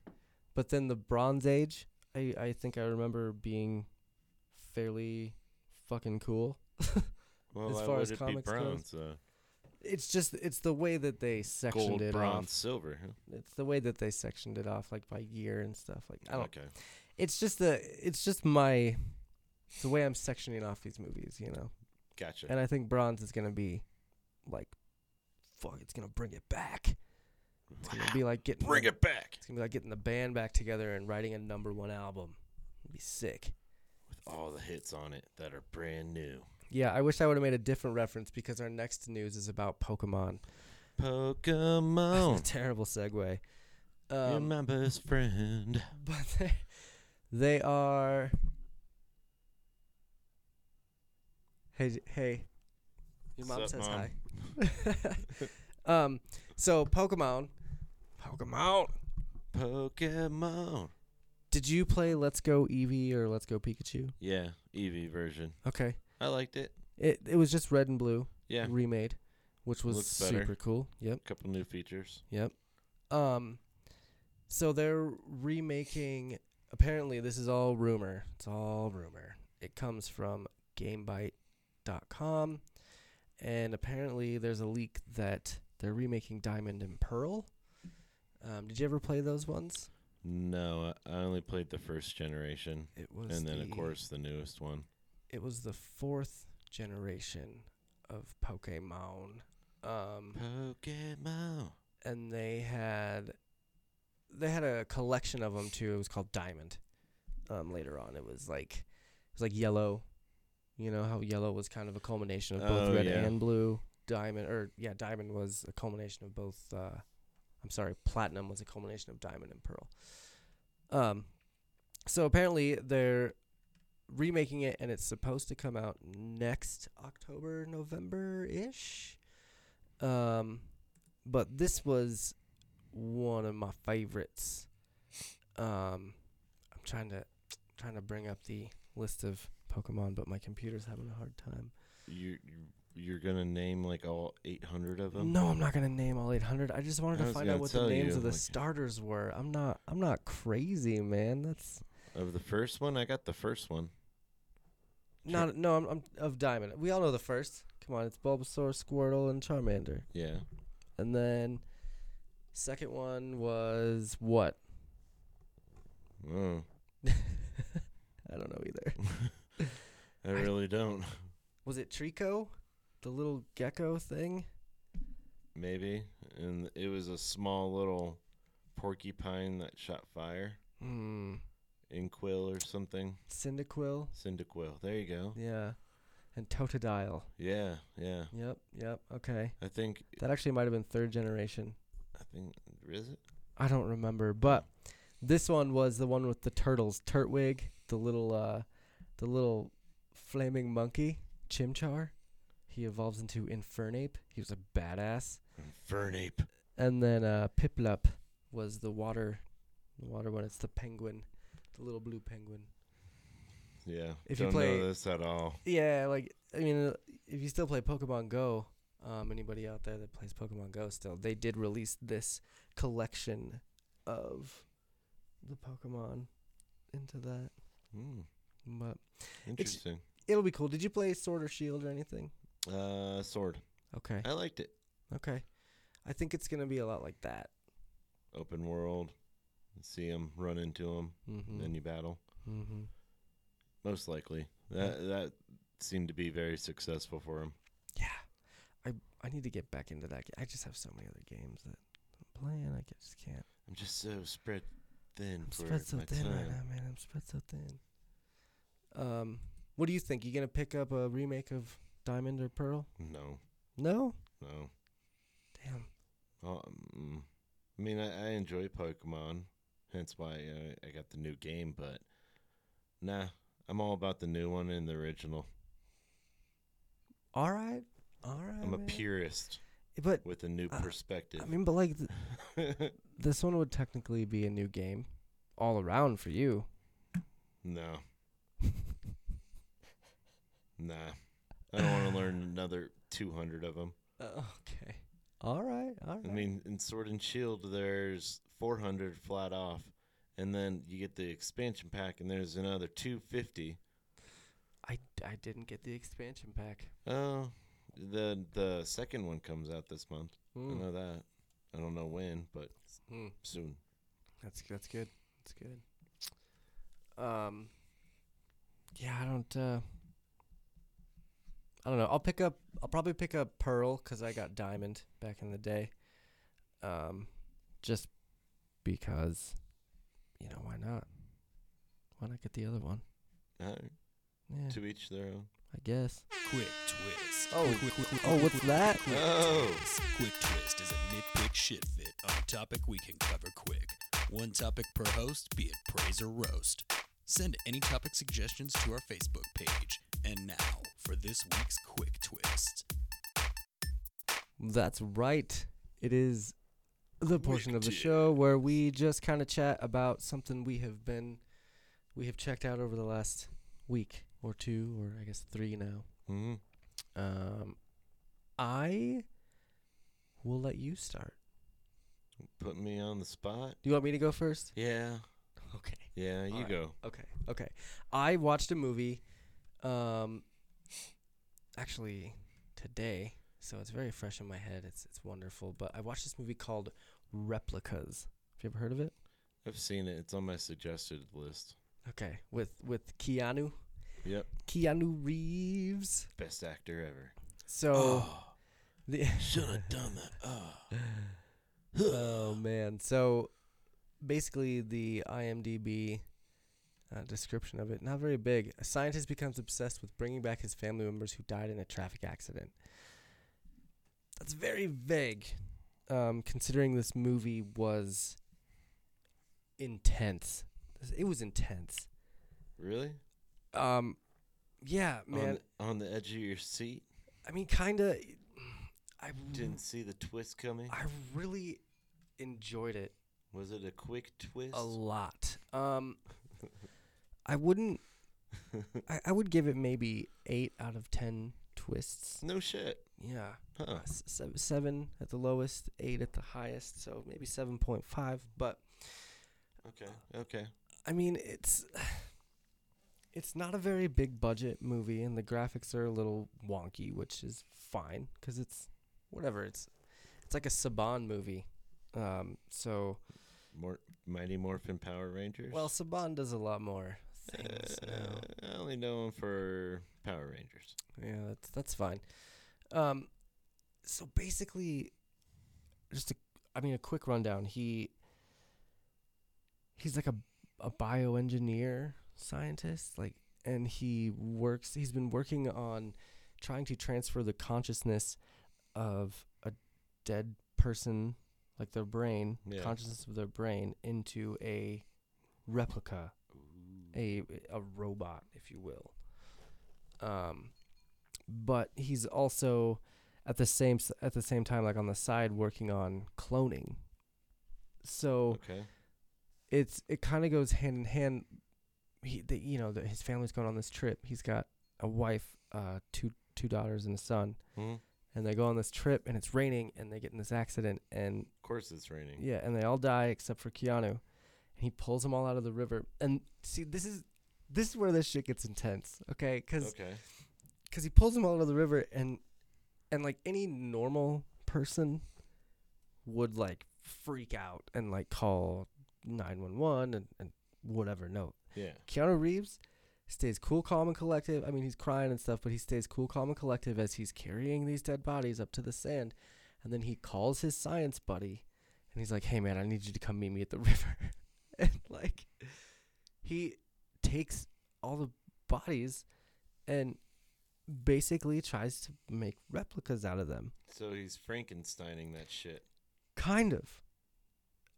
but then the Bronze Age. I I think I remember being fairly fucking cool. Well, as why far would as it comics be goes, bronze, uh, It's just it's the way that they sectioned gold, it off. bronze, silver. huh? it's the way that they sectioned it off like by year and stuff like i don't Okay. it's just the it's just my the way i'm sectioning off these movies you know Gotcha. and i think bronze is gonna be like fuck it's gonna bring it back it's gonna be like getting Bring the, it back it's gonna be like getting the band back together and writing a number one album It'd be sick with all the hits on it that are brand new. yeah i wish i would have made a different reference because our next news is about pokemon Pokemon, terrible segue Oh. you're um, my best friend. but they, they are. Hey, hey, your mom Sup, says Mom? hi. um, so Pokemon, Pokemon. Pokemon. Did you play Let's Go Eevee or Let's Go Pikachu? Yeah, Eevee version. Okay, I liked it. it it was just red and blue Yeah, remade, which was Looks better. super cool. Yep. couple new features. Yep. Um so they're remaking apparently this is all rumor. It's all rumor. It comes from gamebite.com and apparently there's a leak that they're remaking Diamond and Pearl. Um, did you ever play those ones? No, I I only played the first generation, It was and then of the- course the newest one. it was the fourth generation of Pokemon. Um Pokemon. and they had they had a collection of them too. It was called Diamond. Um, later on, it was like it was like yellow. You know how yellow was kind of a culmination of both Oh, red yeah. and blue. Diamond or yeah, diamond was a culmination of both. Uh, I'm sorry, platinum was a culmination of diamond and pearl. Um, so apparently they're remaking it, and it's supposed to come out next October, November ish. Um, but this was one of my favorites. Um, I'm trying to trying to bring up the list of Pokemon, but my computer's having a hard time. You you- you're gonna name like all 800 of them? No, I'm not gonna name all 800. I just wanted I to was find out gonna what the tell names you, of the like- starters were. I'm not. I'm not crazy, man. That's Of the first one, I got the first one. not. No, I'm, I'm of Diamond. We all know the first. Come on, it's Bulbasaur, Squirtle, and Charmander. Yeah, And then second one was what? oh, I don't know either. I really don't. Was it Trico, the little gecko thing? Maybe, and it was a small little porcupine that shot fire, Hmm. Inquill or something, Cyndaquil. Cyndaquil. There you go. Yeah. And Totodile. Yeah, yeah. Yep. Yep. Okay. I think That actually might have been third generation. I think is it? I don't remember, but this one was the one with the turtles, Turtwig, the little uh the little flaming monkey, Chimchar. He evolves into Infernape. He was a badass. Infernape. And then uh Piplup was the water the water one. It's the penguin, the little blue penguin. Yeah. If you don't play- know this at all. Yeah, like I mean, uh, if you still play Pokemon Go, um, anybody out there that plays Pokemon Go still, they did release this collection of the Pokemon into that, Hmm, but interesting. it'll be cool. Did you play Sword or Shield or anything? Uh, sword. Okay, I liked it. okay. I think it's gonna be a lot like that. Open world. See him run into him, Mm-hmm. then you battle. mm-hmm. Most Hmm. likely. That that seemed to be very successful for him. Yeah, I I need to get back into that. ga- I just have so many other games that I'm playing. I just can't. I'm just so spread thin I'm for spread so my thin time. right now, man. I'm spread so thin. Um, what do you think? You gonna pick up a remake of Diamond or Pearl? No, No. no. Damn. Um, I mean, I, I enjoy Pokemon, hence why uh, I, I got the new game. But nah, I'm all about the new one and the original. All right. All right. I'm a man. purist But with a new Uh, perspective. I mean, but like th- this one would technically be a new game, all around for you. no, nah. I don't want to learn another 200 of them. Uh, okay. All right. All right. I mean, in Sword and Shield, there's 400 flat off, and then you get the expansion pack, and there's another 250. I, I didn't get the expansion pack. Oh, the the second one comes out this month. Hmm. I know that. I don't know when, but Mm. soon. That's that's good. That's good. Um, yeah, I don't. Uh, I don't know. I'll pick up. I'll probably pick up Pearl because I got Diamond back in the day. Um, just because, you know, why not? Why not get the other one? Uh, Yeah, to each their own. I guess. Quick twist. Oh, quick, quick, oh, what's that? Quick Oh. twist. Quick twist is a nitpick shit fit on a topic we can cover quick. One topic per host, be it praise or roast. Send any topic suggestions to our Facebook page. And now for this week's quick twist. That's right. It is the portion of the show where we just kind of chat about something we have been we have checked out over the last week or two or I guess 3 now. Mm-hmm. Um I will let you start. Put me on the spot. Do you want me to go first? Yeah. Okay. Yeah, you Alright. go. Okay. Okay. I watched a movie um actually today, so it's very fresh in my head. It's it's wonderful, but I watched this movie called Replicas. Have you ever heard of it? I've seen it. It's on my suggested list. Okay, with with Keanu, Yep. Keanu Reeves. Best actor ever. So Oh. Oh. the should have done that. Ah, Oh. Um, oh man. So basically, the IMDb uh, description of it not very big. A scientist becomes obsessed with bringing back his family members who died in a traffic accident. That's very vague, um, considering this movie was intense. It was intense. Really? Um, yeah, man. On, on the edge of your seat? I mean, kind of. I Didn't see the twist coming? I really enjoyed it Was it a quick twist? a lot. Um, I wouldn't. I, I would give it maybe eight out of ten twists. no shit. Yeah, Huh. Uh, s- sev- seven at the lowest, eight at the highest. So maybe seven point five. But Okay. Okay. I mean, it's it's not a very big budget movie, and the graphics are a little wonky, which is fine because it's whatever. It's it's like a Saban movie. Um, so Mor- Mighty Morphin Power Rangers? well, Saban does a lot more things now. Uh, I only know him for Power Rangers. Yeah, that's that's fine. Um, so basically, just a, I mean, a quick rundown. He he's like a a bioengineer scientist, like, and he works. He's been working on trying to transfer the consciousness of a dead person, like their brain, Yeah. consciousness of their brain, into a replica a a robot, if you will. Um, but he's also at the same s- at the same time, like on the side, working on cloning. So Okay. it's it kind of goes hand in hand. He, the, you know, the, his family's going on this trip. He's got a wife, uh, two two daughters and a son, Mhm. and they go on this trip, and it's raining, and they get in this accident, and Of course it's raining. yeah, and they all die except for Keanu. And he pulls them all out of the river. And see, this is this is where this shit gets intense, okay? Because Okay. he pulls them all out of the river, and and like any normal person would like freak out and like call nine one one and and whatever. No, Yeah. Keanu Reeves stays cool, calm, and collective. I mean, he's crying and stuff, but he stays cool, calm, and collective as he's carrying these dead bodies up to the sand. And then he calls his science buddy and he's like, hey, man, I need you to come meet me at the river. and like, he takes all the bodies and basically tries to make replicas out of them. So he's Frankensteining that shit. Kind of.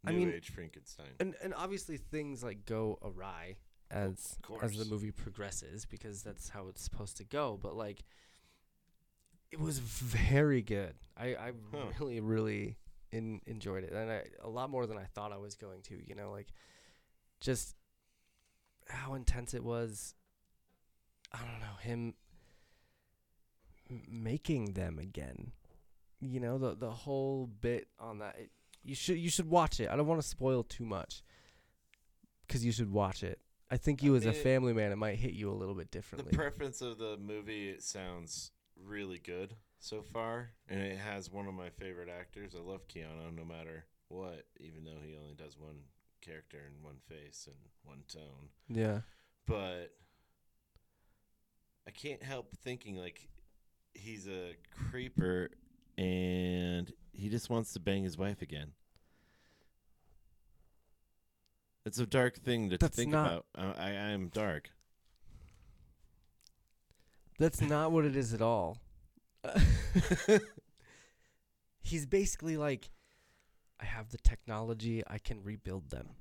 I New mean- age Frankenstein. and and obviously things like go awry as as the course. movie progresses because that's how it's supposed to go but like it was very good i i Huh. really really in, enjoyed it and I, a lot more than i thought i was going to you know like just how intense it was i don't know him m- making them again you know the the whole bit on that it, you should you should watch it. I don't want to spoil too much because you should watch it. I think you I as a mean- family man, it might hit you a little bit The differently. preference of the movie it sounds really good so far, and it has one of my favorite actors. I love Keanu no matter what, even though he only does one character and one face and one tone. yeah, But I can't help thinking like he's a creeper and he just wants to bang his wife again. It's a dark thing to That's think not- about. I, I I am dark. that's not what it is at all. He's basically like, I have the technology. I can rebuild them.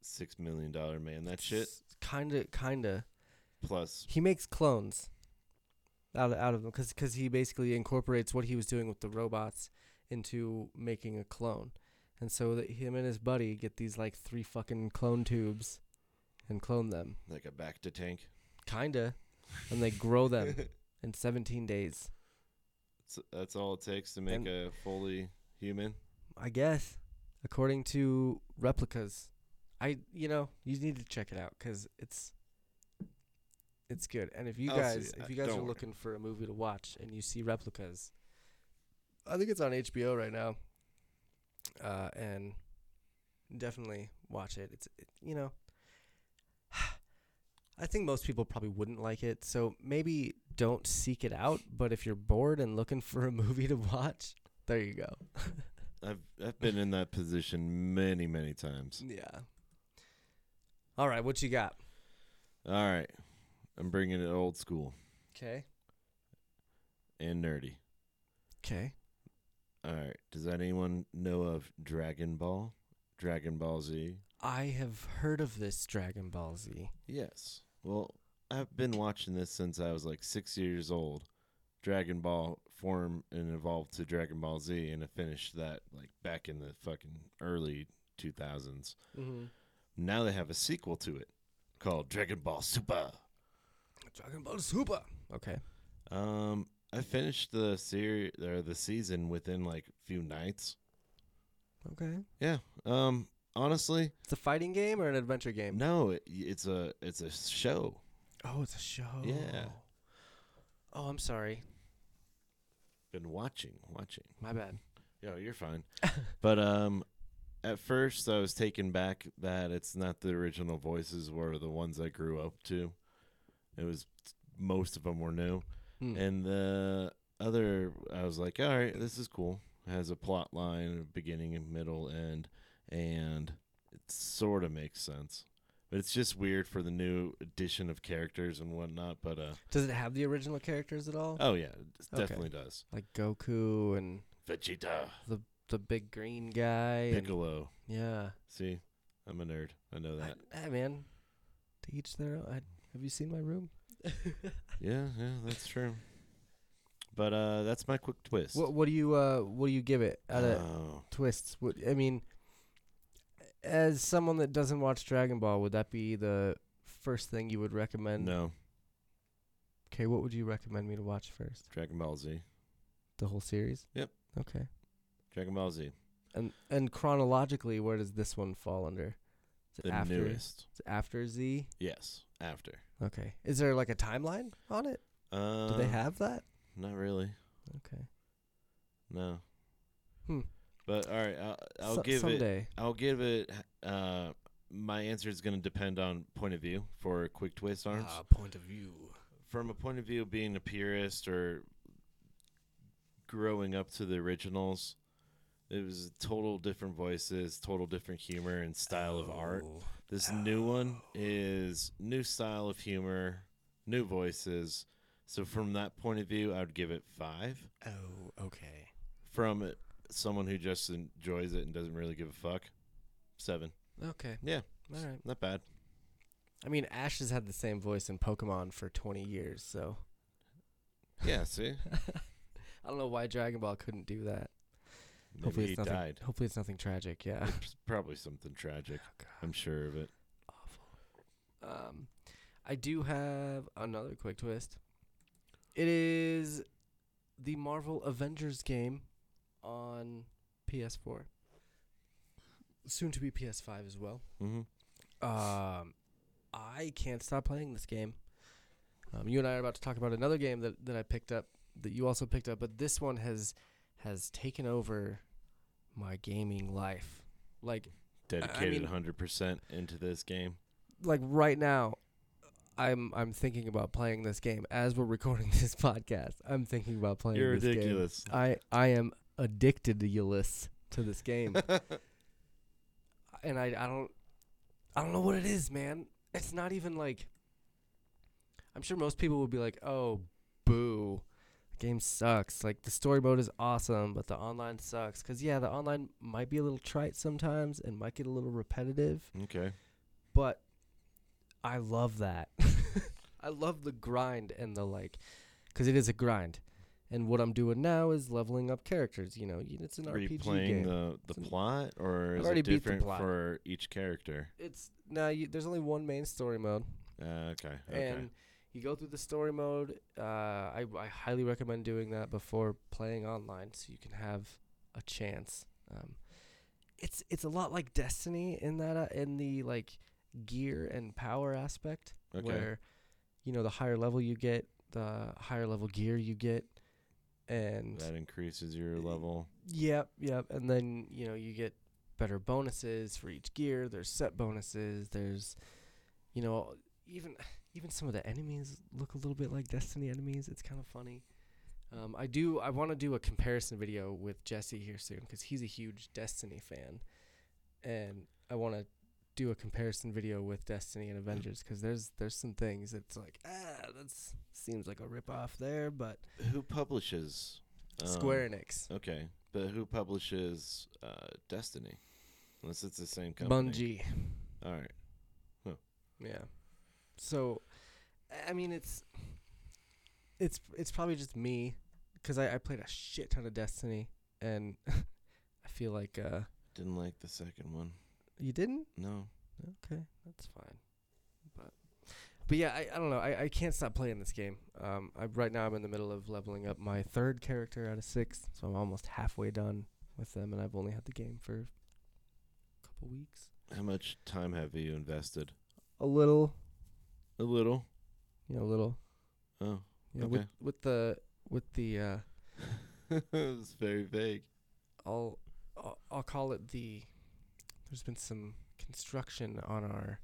Six million dollar man, that shit. Kinda, kinda. Plus, He makes clones out of, out of them because he basically incorporates what he was doing with the robots into making a clone. And so that him and his buddy get these like three fucking clone tubes and clone them. like a back to tank. Kinda. And they grow them in 17 days. that's, that's all it takes to make And- a fully human. I guess, according to replicas. I, you know, you need to check it out because it's. It's good, and if you I'll see guys, it. if Uh, you guys don't are worry. looking for a movie to watch and you see replicas, I think it's on HBO right now, uh, and definitely watch it. It's it, you know, I think most people probably wouldn't like it, so maybe don't seek it out. But if you're bored and looking for a movie to watch, there you go. I've I've been in that position many many times. Yeah. All right, what you got? All right, I'm bringing it old school Okay. and nerdy. Okay. All right, does anyone know of Dragon Ball? Dragon Ball Z? I have heard of this Dragon Ball Z. Yes. Well, I've been watching this since I was like six years old. Dragon Ball form and evolved to Dragon Ball Z, and I finished that like back in the fucking early 2000s. Mm-hmm. Now they have a sequel to it called Dragon Ball Super. Dragon Ball Super. Okay. Um, I finished the series or the season within like a few nights. Okay. Yeah. Um, honestly, It's a fighting game or an adventure game? no, it, it's a it's a show. Oh, it's a show. Oh, I'm sorry. Been watching, watching. My bad. Yeah, you're fine. but um, at first I was taken back that it's not the original voices were the ones I grew up to. It was most of them were new. Hmm. And the other, I was like, all right, this is cool. It has a plot line, a beginning and middle end, and it sort of makes sense. But it's just weird for the new addition of characters and whatnot. But uh, Does it have the original characters at all? oh yeah, it Okay. definitely does. Uh, Like Goku and Vegeta, the big green guy. and- Piccolo. yeah. See, I'm a nerd. I know I, that. hey, man. To each their own. I, have you seen my room? Yeah, yeah, that's true. But uh, that's my quick twist. What What do you uh What do you give it out of Oh, twists. Would I mean, as someone that doesn't watch Dragon Ball, would that be the first thing you would recommend? no, Okay, what would you recommend me to watch first? Dragon Ball Z. The whole series. Yep. Okay. Dragon Ball Z, And and chronologically, where does this one fall under? Is it the after? newest. It's after Z. Yes, after. Okay. Is there like a timeline on it? Uh, Do they have that? Not really. Okay. No. Hmm. But all right, I'll, I'll So- give it. someday. I'll give it uh, my answer is going to depend on point of view for quick twist arms. Ah, point of view. From a point of view of being a purist or growing up to the originals, it was total different voices, total different humor and style of art. Oh, This new one is new style of humor, new voices. So from that point of view, I would give it five. oh, okay. From it, someone who just enjoys it and doesn't really give a fuck, seven. Okay. Yeah, All right. not bad. I mean, Ash has had the same voice in Pokemon for 20 years, so Yeah, see, I don't know why Dragon Ball couldn't do that. Maybe Hopefully he it's nothing. died. Hopefully it's nothing tragic. Yeah. It's probably something tragic. I'm sure of it. Um, I do have another quick twist. It is the Marvel Avengers game on PS4, soon to be PS5 as well. Mm-hmm. Um, I can't stop playing this game. Um, you and I are about to talk about another game that, that I picked up that you also picked up, but this one has has taken over my gaming life. Like Dedicated mean- 100% into this game. like right now I'm I'm thinking about playing this game as we're recording this podcast. I'm thinking about playing You're this game. ridiculous. I I am addicted to Ulysses to this game. and I I don't I don't know what it is, man. It's not even like I'm sure most people would be like, "Oh, boo. The game sucks. Like the story mode is awesome, but the online sucks." Cuz yeah, the online might be a little trite sometimes and might get a little repetitive Okay. but I love that. I love the grind and the like, because it is a grind. And what I'm doing now is leveling up characters. You know, y- it's an Are you RPG game. playing the, the It's an- plot, or I've is already it beat the different plot. for each character? it's no, you, there's only one main story mode, Uh, okay. Okay. and you go through the story mode. Uh, I I highly recommend doing that before playing online, so you can have a chance. Um, it's it's a lot like Destiny in that uh, in the like gear and power aspect. okay. where you know the higher level you get, the higher level gear you get, and that increases your level. yep, yep, and then you know you get better bonuses for each gear. There's set bonuses. There's you know even even some of the enemies look a little bit like Destiny enemies. It's kind of funny. Um, I do. I want to do a comparison video with Jesse here soon because he's a huge Destiny fan, and I want to do a comparison video with Destiny and Avengers because there's there's some things that's like ah that seems like a rip off there, but Who publishes? um, Square Enix, Okay, but who publishes uh, Destiny? Unless it's the same company. Bungie, All right. yeah. So, I- I mean it's it's it's probably just me because I, I played a shit ton of Destiny and I feel like uh Didn't like the second one. you didn't No. Okay, that's fine. But but yeah, I, I don't know. I, I can't stop playing this game. Um, I, right now I'm in the middle of leveling up my third character out of six, so I'm almost halfway done with them, and I've only had the game for a couple weeks. How much time have you invested? A little, A little. you know, a little. Oh, You know, with Okay. with the with the uh, it's very vague. I'll, I'll I'll call it the. There's been some construction on our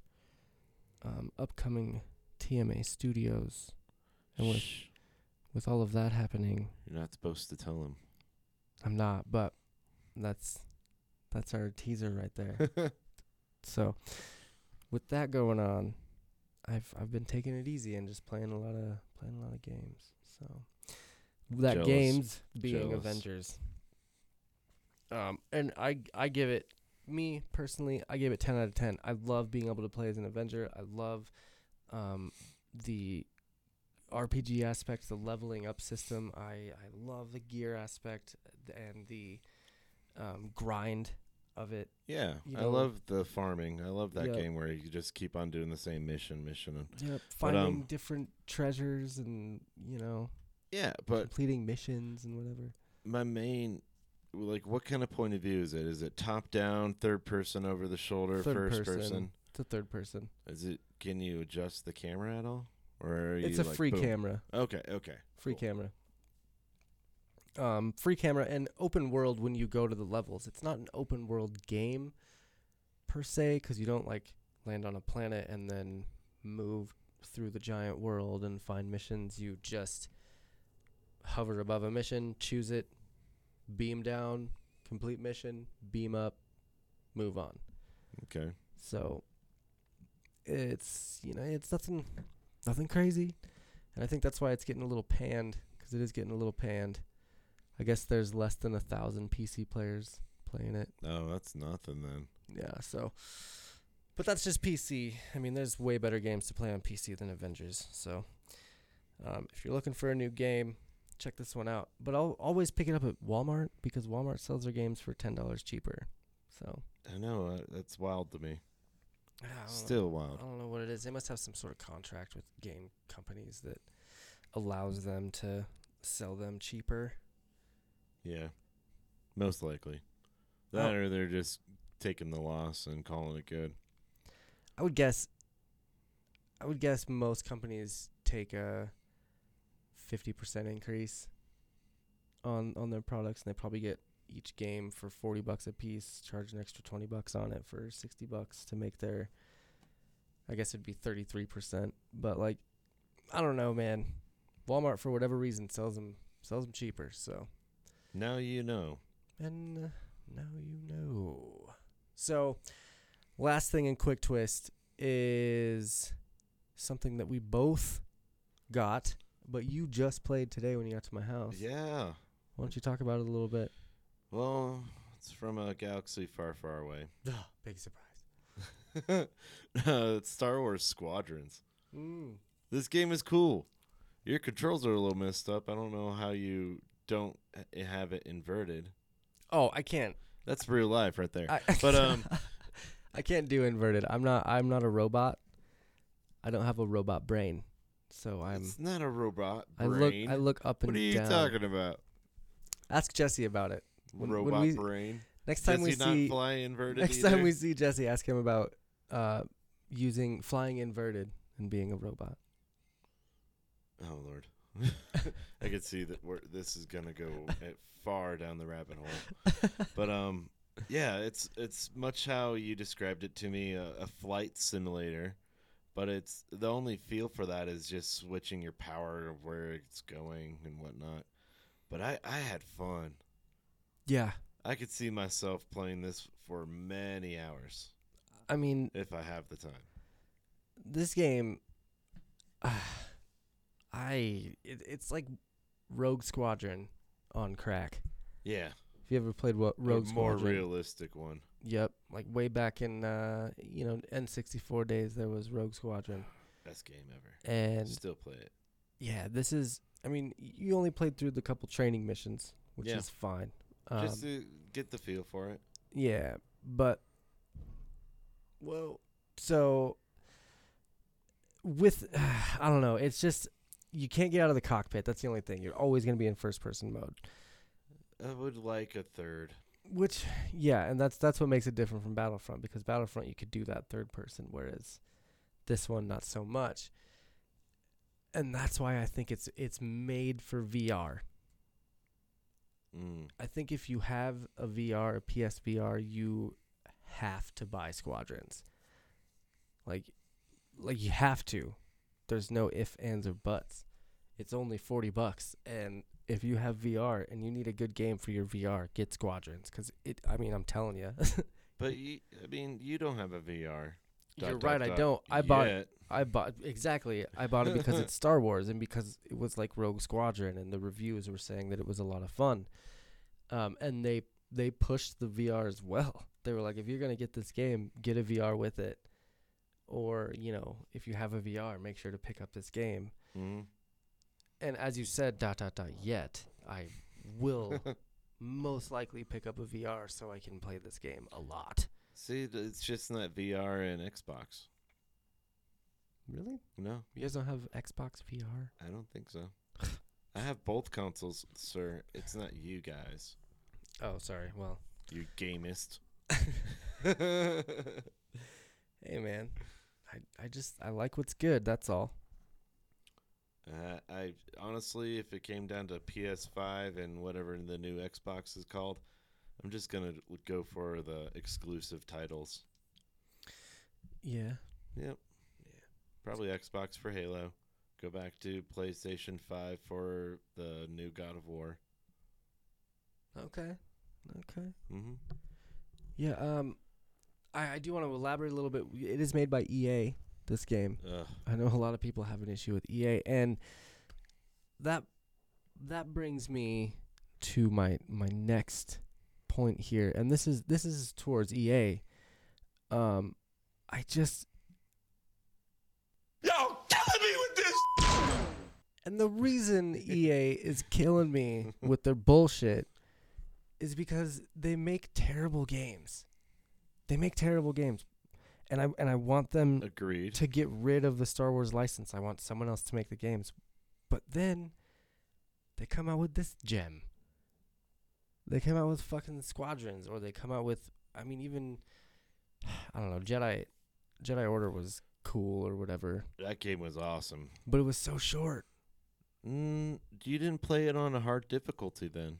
um, upcoming TMA studios, and with Shh. with all of that happening, You're not supposed to tell him. I'm not, but that's that's our teaser right there. so with that going on, I've I've been taking it easy and just playing a lot of playing a lot of games. So that Jealous. games being Jealous. Avengers. Um and I I give it me personally, I give it 10 out of 10. I love being able to play as an Avenger. I love um the RPG aspect, the leveling up system. I, I love the gear aspect and the um, grind of it. Yeah, You I know- love the farming. I love that Yeah. game where you just keep on doing the same mission, mission. And Yep. Finding um, different treasures and, you know, yeah, but completing missions and whatever. my main, like, what kind of point of view is it? Is it top down, third person, over the shoulder, Third first person. person. It's a third person. Is it? Can you adjust the camera at all? Or are It's you a like, free boom? camera. Okay, okay, Free Cool. camera. Um, free camera and open world when you go to the levels. It's not an open world game per se because you don't like land on a planet and then move through the giant world and find missions. You just hover above a mission, choose it, beam down, complete mission, beam up, move on. Okay. So it's you know it's nothing nothing crazy, and I think that's why it's getting a little panned because it is getting a little panned. I guess there's less than a thousand PC players playing it. Oh, that's nothing then. Yeah, so but that's just PC. I mean, there's way better games to play on PC than Avengers. So um, if you're looking for a new game, check this one out. But I'll always pick it up at Walmart because Walmart sells their games for ten dollars cheaper. So I know uh, that's wild to me. Ah, I don't know. Still wild. I don't know what it is. They must have some sort of contract with game companies that allows them to sell them cheaper. Yeah. Most likely. That or they're just taking the loss and calling it good. I would guess. I would guess most companies take a fifty percent increase on on their products, and they probably get each game for forty bucks a piece. Charge an extra twenty bucks on it for sixty bucks to make their. I guess it'd be thirty three percent, but like, I don't know, man. Walmart for whatever reason sells them sells them cheaper. So Now you know. and uh, now you know. So, last thing in Quick Twist is something that we both got, but you just played today when you got to my house. Yeah. Why don't you talk about it a little bit? Well, it's from a galaxy far, far away. Big surprise. uh, it's Star Wars Squadrons. Mm. This game is cool. Your controls are a little messed up. I don't know how you don't h- have it inverted. Oh, I can't. That's real life right there. I, But um, I can't do inverted. I'm not. I'm not a robot. I don't have a robot brain, so I'm. it's not a robot I look. brain. I look up and what are you down. talking about? Ask Jesse about it. When- when robot we- brain. Next Does time he we not see. fly inverted? Next either? time we see Jesse, ask him about uh, using flying inverted and being a robot. Oh Lord, I could see that we're, this is gonna go at far down the rabbit hole. But um, yeah, it's it's much how you described it to me, a, a flight simulator. But it's the only feel for that is just switching your power of where it's going and whatnot. But I I had fun. Yeah, I could see myself playing this for many hours I mean if I have the time. this game. ah, I it, it's like Rogue Squadron on crack. Yeah, If you ever played what a Rogue more Squadron, realistic one. yep, like way back in uh, you know N64 days, there was Rogue Squadron, Best game ever. and Still play it. yeah, this is. I mean, y- you only played through the couple training missions, which Yeah. is fine. Um, just to get the feel for it. Yeah, but well, so with I don't know, it's just you can't get out of the cockpit. That's the only thing. You're always going to be in first person mode. I would like a third. Which yeah, and that's that's what makes it different from Battlefront because Battlefront you could do that third person whereas this one not so much. And that's why I think it's it's made for VR. Mm. I think if you have a VR, a PSVR, you have to buy Squadrons. Like, like you have to. There's no ifs, ands, or buts. It's only forty bucks, and if you have VR and you need a good game for your VR, get Squadrons because it. I mean, I'm telling you, But you, I mean, you don't have a VR. you're Dot, right. dot, I dot. don't. I bought it. Yet. I bought exactly. I bought it because it's Star Wars and because it was like Rogue Squadron, and the reviews were saying that it was a lot of fun. Um, and they they pushed the VR as well. They were like, if you're gonna get this game, get a VR with it, or you know, if you have a VR, make sure to pick up this game. Mm. And as you said, dot dot dot. Yet I will most likely pick up a VR so I can play this game a lot. See, th- it's just not VR and Xbox. Really? No, You guys don't have Xbox VR? I don't think so. I have both consoles, sir. It's not you guys. Oh, sorry. Well. You gamist. Hey man, I I just I like what's good. That's all. Uh, I honestly, if it came down to PS5 and whatever the new Xbox is called, I'm just gonna go for the exclusive titles. Yeah. Yep. Yeah. Probably Xbox for Halo. Go back to PlayStation 5 for the new God of War. Okay. Okay. Mm-hmm. Yeah. Um, I, I do want to elaborate a little bit. It is made by EA. This game. Ugh. I know a lot of people have an issue with EA, and that that brings me to my my next point here, and this is this is towards EA. Um, I just Yo, killing me with this. and the reason EA is killing me with their bullshit is because they make terrible games. They make terrible games, and I and I want them Agreed. to get rid of the Star Wars license. I want someone else to make the games. But then they come out with this gem. They come out with fucking squadrons, or they come out with I mean even I don't know, Jedi Jedi Order was cool or whatever. That game was awesome. But it was so short. Mm, you didn't play it on a hard difficulty then.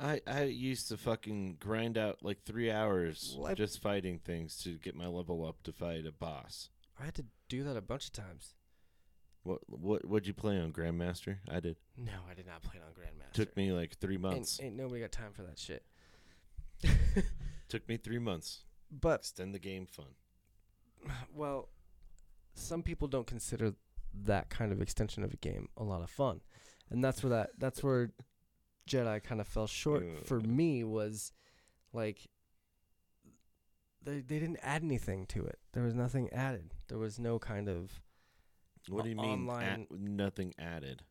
I I used to fucking grind out like three hours Well, I- just fighting things to get my level up to fight a boss. I had to do that a bunch of times. What what what'd you play on Grandmaster? I did. No, I did not play it on Grandmaster. Took me like three months. Ain't, ain't nobody got time for that shit. Took me three months. but Extend the game fun. well, some people don't consider that kind of extension of a game a lot of fun, and that's where that that's where Jedi kind of fell short for Yeah. me was like they they didn't add anything to it. There was nothing added. There was no kind of What O- do you mean? online- at- nothing added.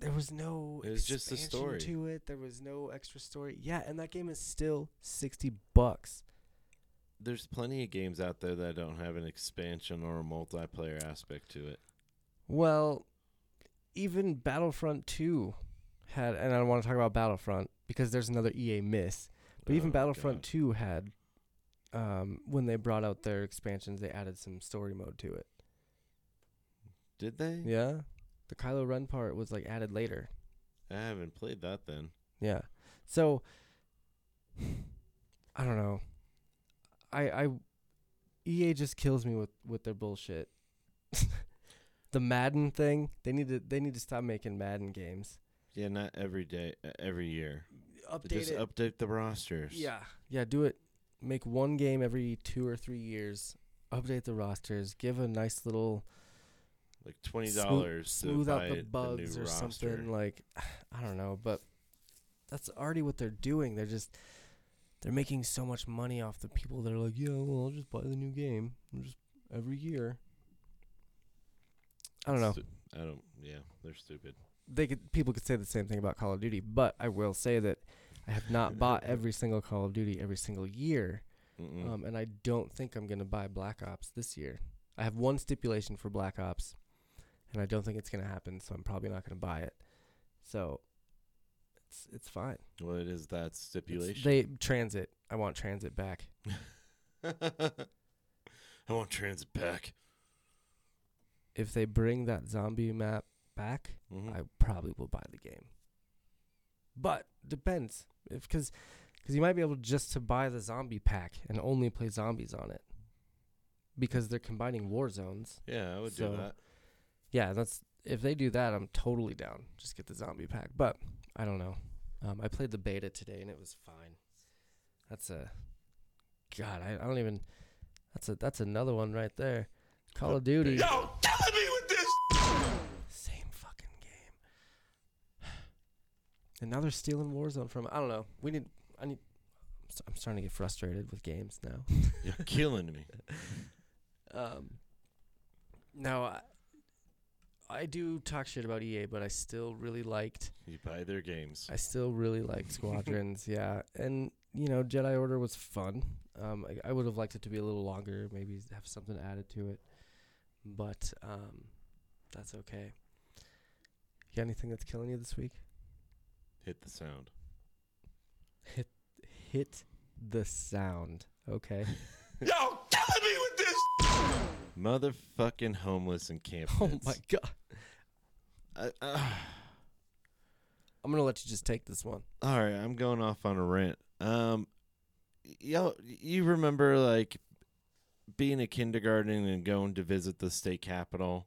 there was no It was just a expansion story. to it. There was no extra story. Yeah, and that game is still sixty bucks. There's plenty of games out there that don't have an expansion or a multiplayer aspect to it. Well, even Battlefront 2 had, and I want to talk about Battlefront because there's another EA miss, but even Oh, Battlefront God. 2 had, um, when they brought out their expansions, they added some story mode to it. Did they? Yeah. The Kylo Ren part was like added later. I haven't played that then. Yeah. So, I don't know. I, I, EA just kills me with, with their bullshit. the Madden thing, they need to, they need to stop making Madden games. Yeah, not every day, uh, every year. update Just it. update the rosters. yeah, yeah. Do it. Make one game every two or three years. Update the rosters. Give a nice little like twenty smooth- dollars to smooth buy out the bugs new or roster. something. Like I don't know, but that's already what they're doing. They're just they're making so much money off the people that are like, yeah, well, I'll just buy the new game I'll just every year. I don't know. Stu- I don't. Yeah, they're stupid. They could people could say the same thing about Call of Duty, but I will say that I have not bought every single Call of Duty every single year. Mm-mm. Um, and I don't think I'm going to buy Black Ops this year. I have one stipulation for Black Ops, and I don't think it's going to happen, so I'm probably not going to buy it. So it's it's fine. well, it is that It's- stipulation. they transit. I want transit back. I want transit back. If they bring that zombie map back, Mhm. I probably will buy the game. But depends if because because you might be able just to buy the zombie pack and only play zombies on it because they're combining war zones. yeah, I would so- do that. yeah, that's if they do that, I'm totally down. Just get the zombie pack. But I don't know. Um, I played the beta today and it was fine. That's a God. I, I don't even. That's a that's another one right there. Call of Duty. Yo, killing me with this. Same fucking game. And now they're stealing Warzone from. I don't know. We need. I need. I'm st- I'm starting to get frustrated with games now. You're killing me. Um, no, I, I do talk shit about EA, but I still really liked You buy their games. I still really like Squadrons, yeah. And you know, Jedi Order was fun. Um, I, I would have liked it to be a little longer, maybe s- have something added to it, but um, that's okay. You got anything that's killing you this week? Hit the sound. Hit the sound, okay? Yo, killing me with this. Motherfucking homeless encampments. oh my god! I, ah. I'm gonna let you just take this one. All right, I'm going off on a rant. Um, y'all, you remember like being a kindergarten and going to visit the state capitol,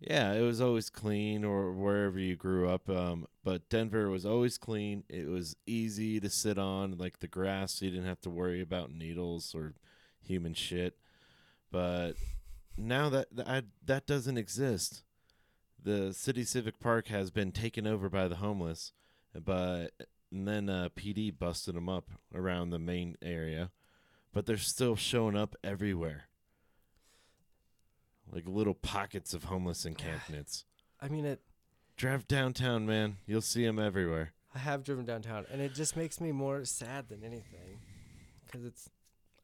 yeah, it was always clean or wherever you grew up. Um, but Denver was always clean. It was easy to sit on, like the grass. You didn't have to worry about needles or human shit. But now that that, I, that doesn't exist, the city civic park has been taken over by the homeless. But and then uh, PD busted them up around the main area, but they're still showing up everywhere, like little pockets of homeless encampments. I mean, it. Drive downtown, man. You'll see them everywhere. I have driven downtown, and it just makes me more sad than anything, because it's,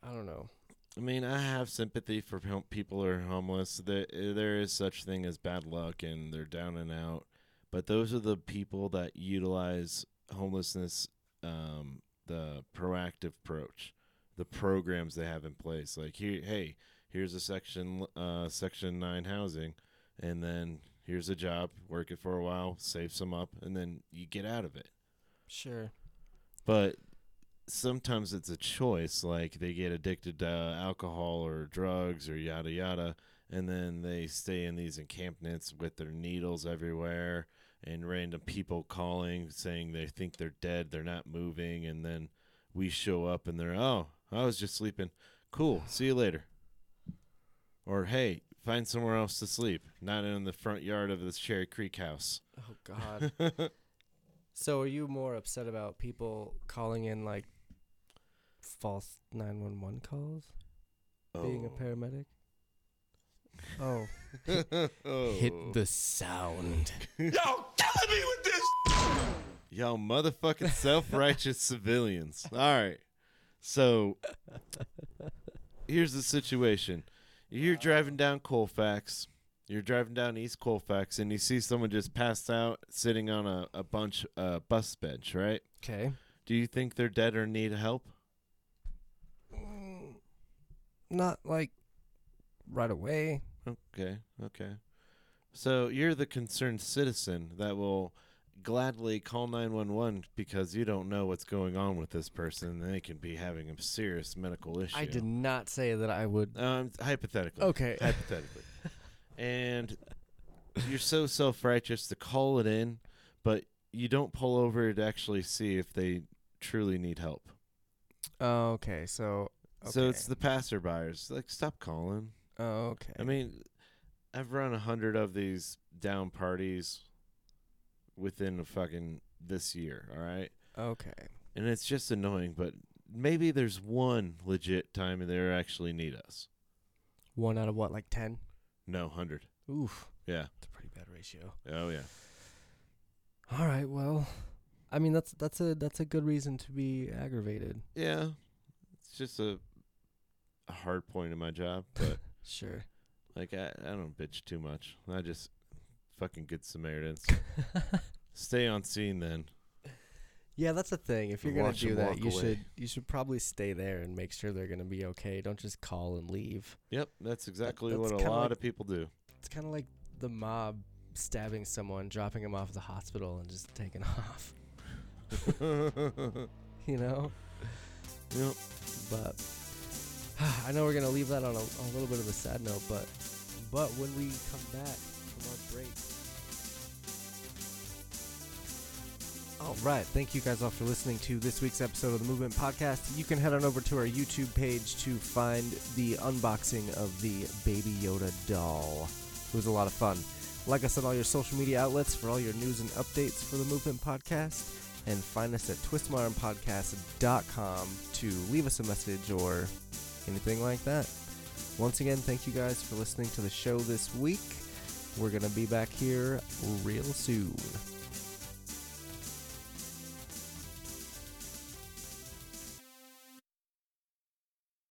I don't know. I mean, I have sympathy for pe- people who are homeless. There, there is such thing as bad luck, and they're down and out. But those are the people that utilize homelessness, um, the proactive approach, the programs they have in place. Like here, hey, here's a section, uh, section nine housing, and then here's a job. Work it for a while, save some up, and then you get out of it. Sure. But sometimes it's a choice. Like they get addicted to alcohol or drugs or yada yada, and then they stay in these encampments with their needles everywhere and random people calling saying they think they're dead, they're not moving, and then we show up and they're oh, I was just sleeping. Cool, see you later. Or hey, find somewhere else to sleep, not in the front yard of this Cherry Creek house. Oh God. so are you more upset about people calling in like false nine one one calls? Being a paramedic. Oh. oh. the sound. Y'all motherfucking self righteous civilians. All right. So here's the situation you're driving down Colfax, you're driving down East Colfax, and you see someone just passed out sitting on a, a bunch uh, bus bench, right? Okay. Do you think they're dead or need help? Mm, Not like right away. Okay, okay. So you're the concerned citizen that will gladly call 911 because you don't know what's going on with this person. and They could be having a serious medical issue. I did not say that I would. Um, hypothetically. Okay. Hypothetically. and you're so self righteous to call it in, but you don't pull over to actually see if they truly need help. Oh, okay. So. So okay. it's the passerbyers. Like, stop calling. Oh, okay. I mean, I've run a hundred of these down parties within a fucking this year, all right? okay. And it's just annoying, but maybe there's one legit time they actually need us. One out of what, like ten? No, hundred. Oof. Yeah. It's a pretty bad ratio. Oh yeah. All right. Well, I mean that's that's a that's a good reason to be aggravated. Yeah. It's just a, a hard point in my job, but Sure. like I, I don't bitch too much. I just fucking good Samaritans. Stay on scene then. yeah, that's the thing. If you're gonna Watch 'em do that, walk you away. should you should probably stay there and make sure they're gonna be okay. Don't just call and leave. Yep, that's exactly that's what a kinda lot like- of people do. It's kind of like the mob stabbing someone, dropping him off at the hospital, and just taking off. yep. You know. But I know we're gonna leave that on a, a little bit of a sad note, but but when we come back from our break. All right, thank you guys all for listening to this week's episode of the Movement Podcast. You can head on over to our YouTube page to find the unboxing of the Baby Yoda doll. It was a lot of fun. Like us on all your social media outlets for all your news and updates for the Movement Podcast and find us at twistmyarmpodcast.com to leave us a message or anything like that. Once again, thank you guys for listening to the show this week. We're going to be back here real soon.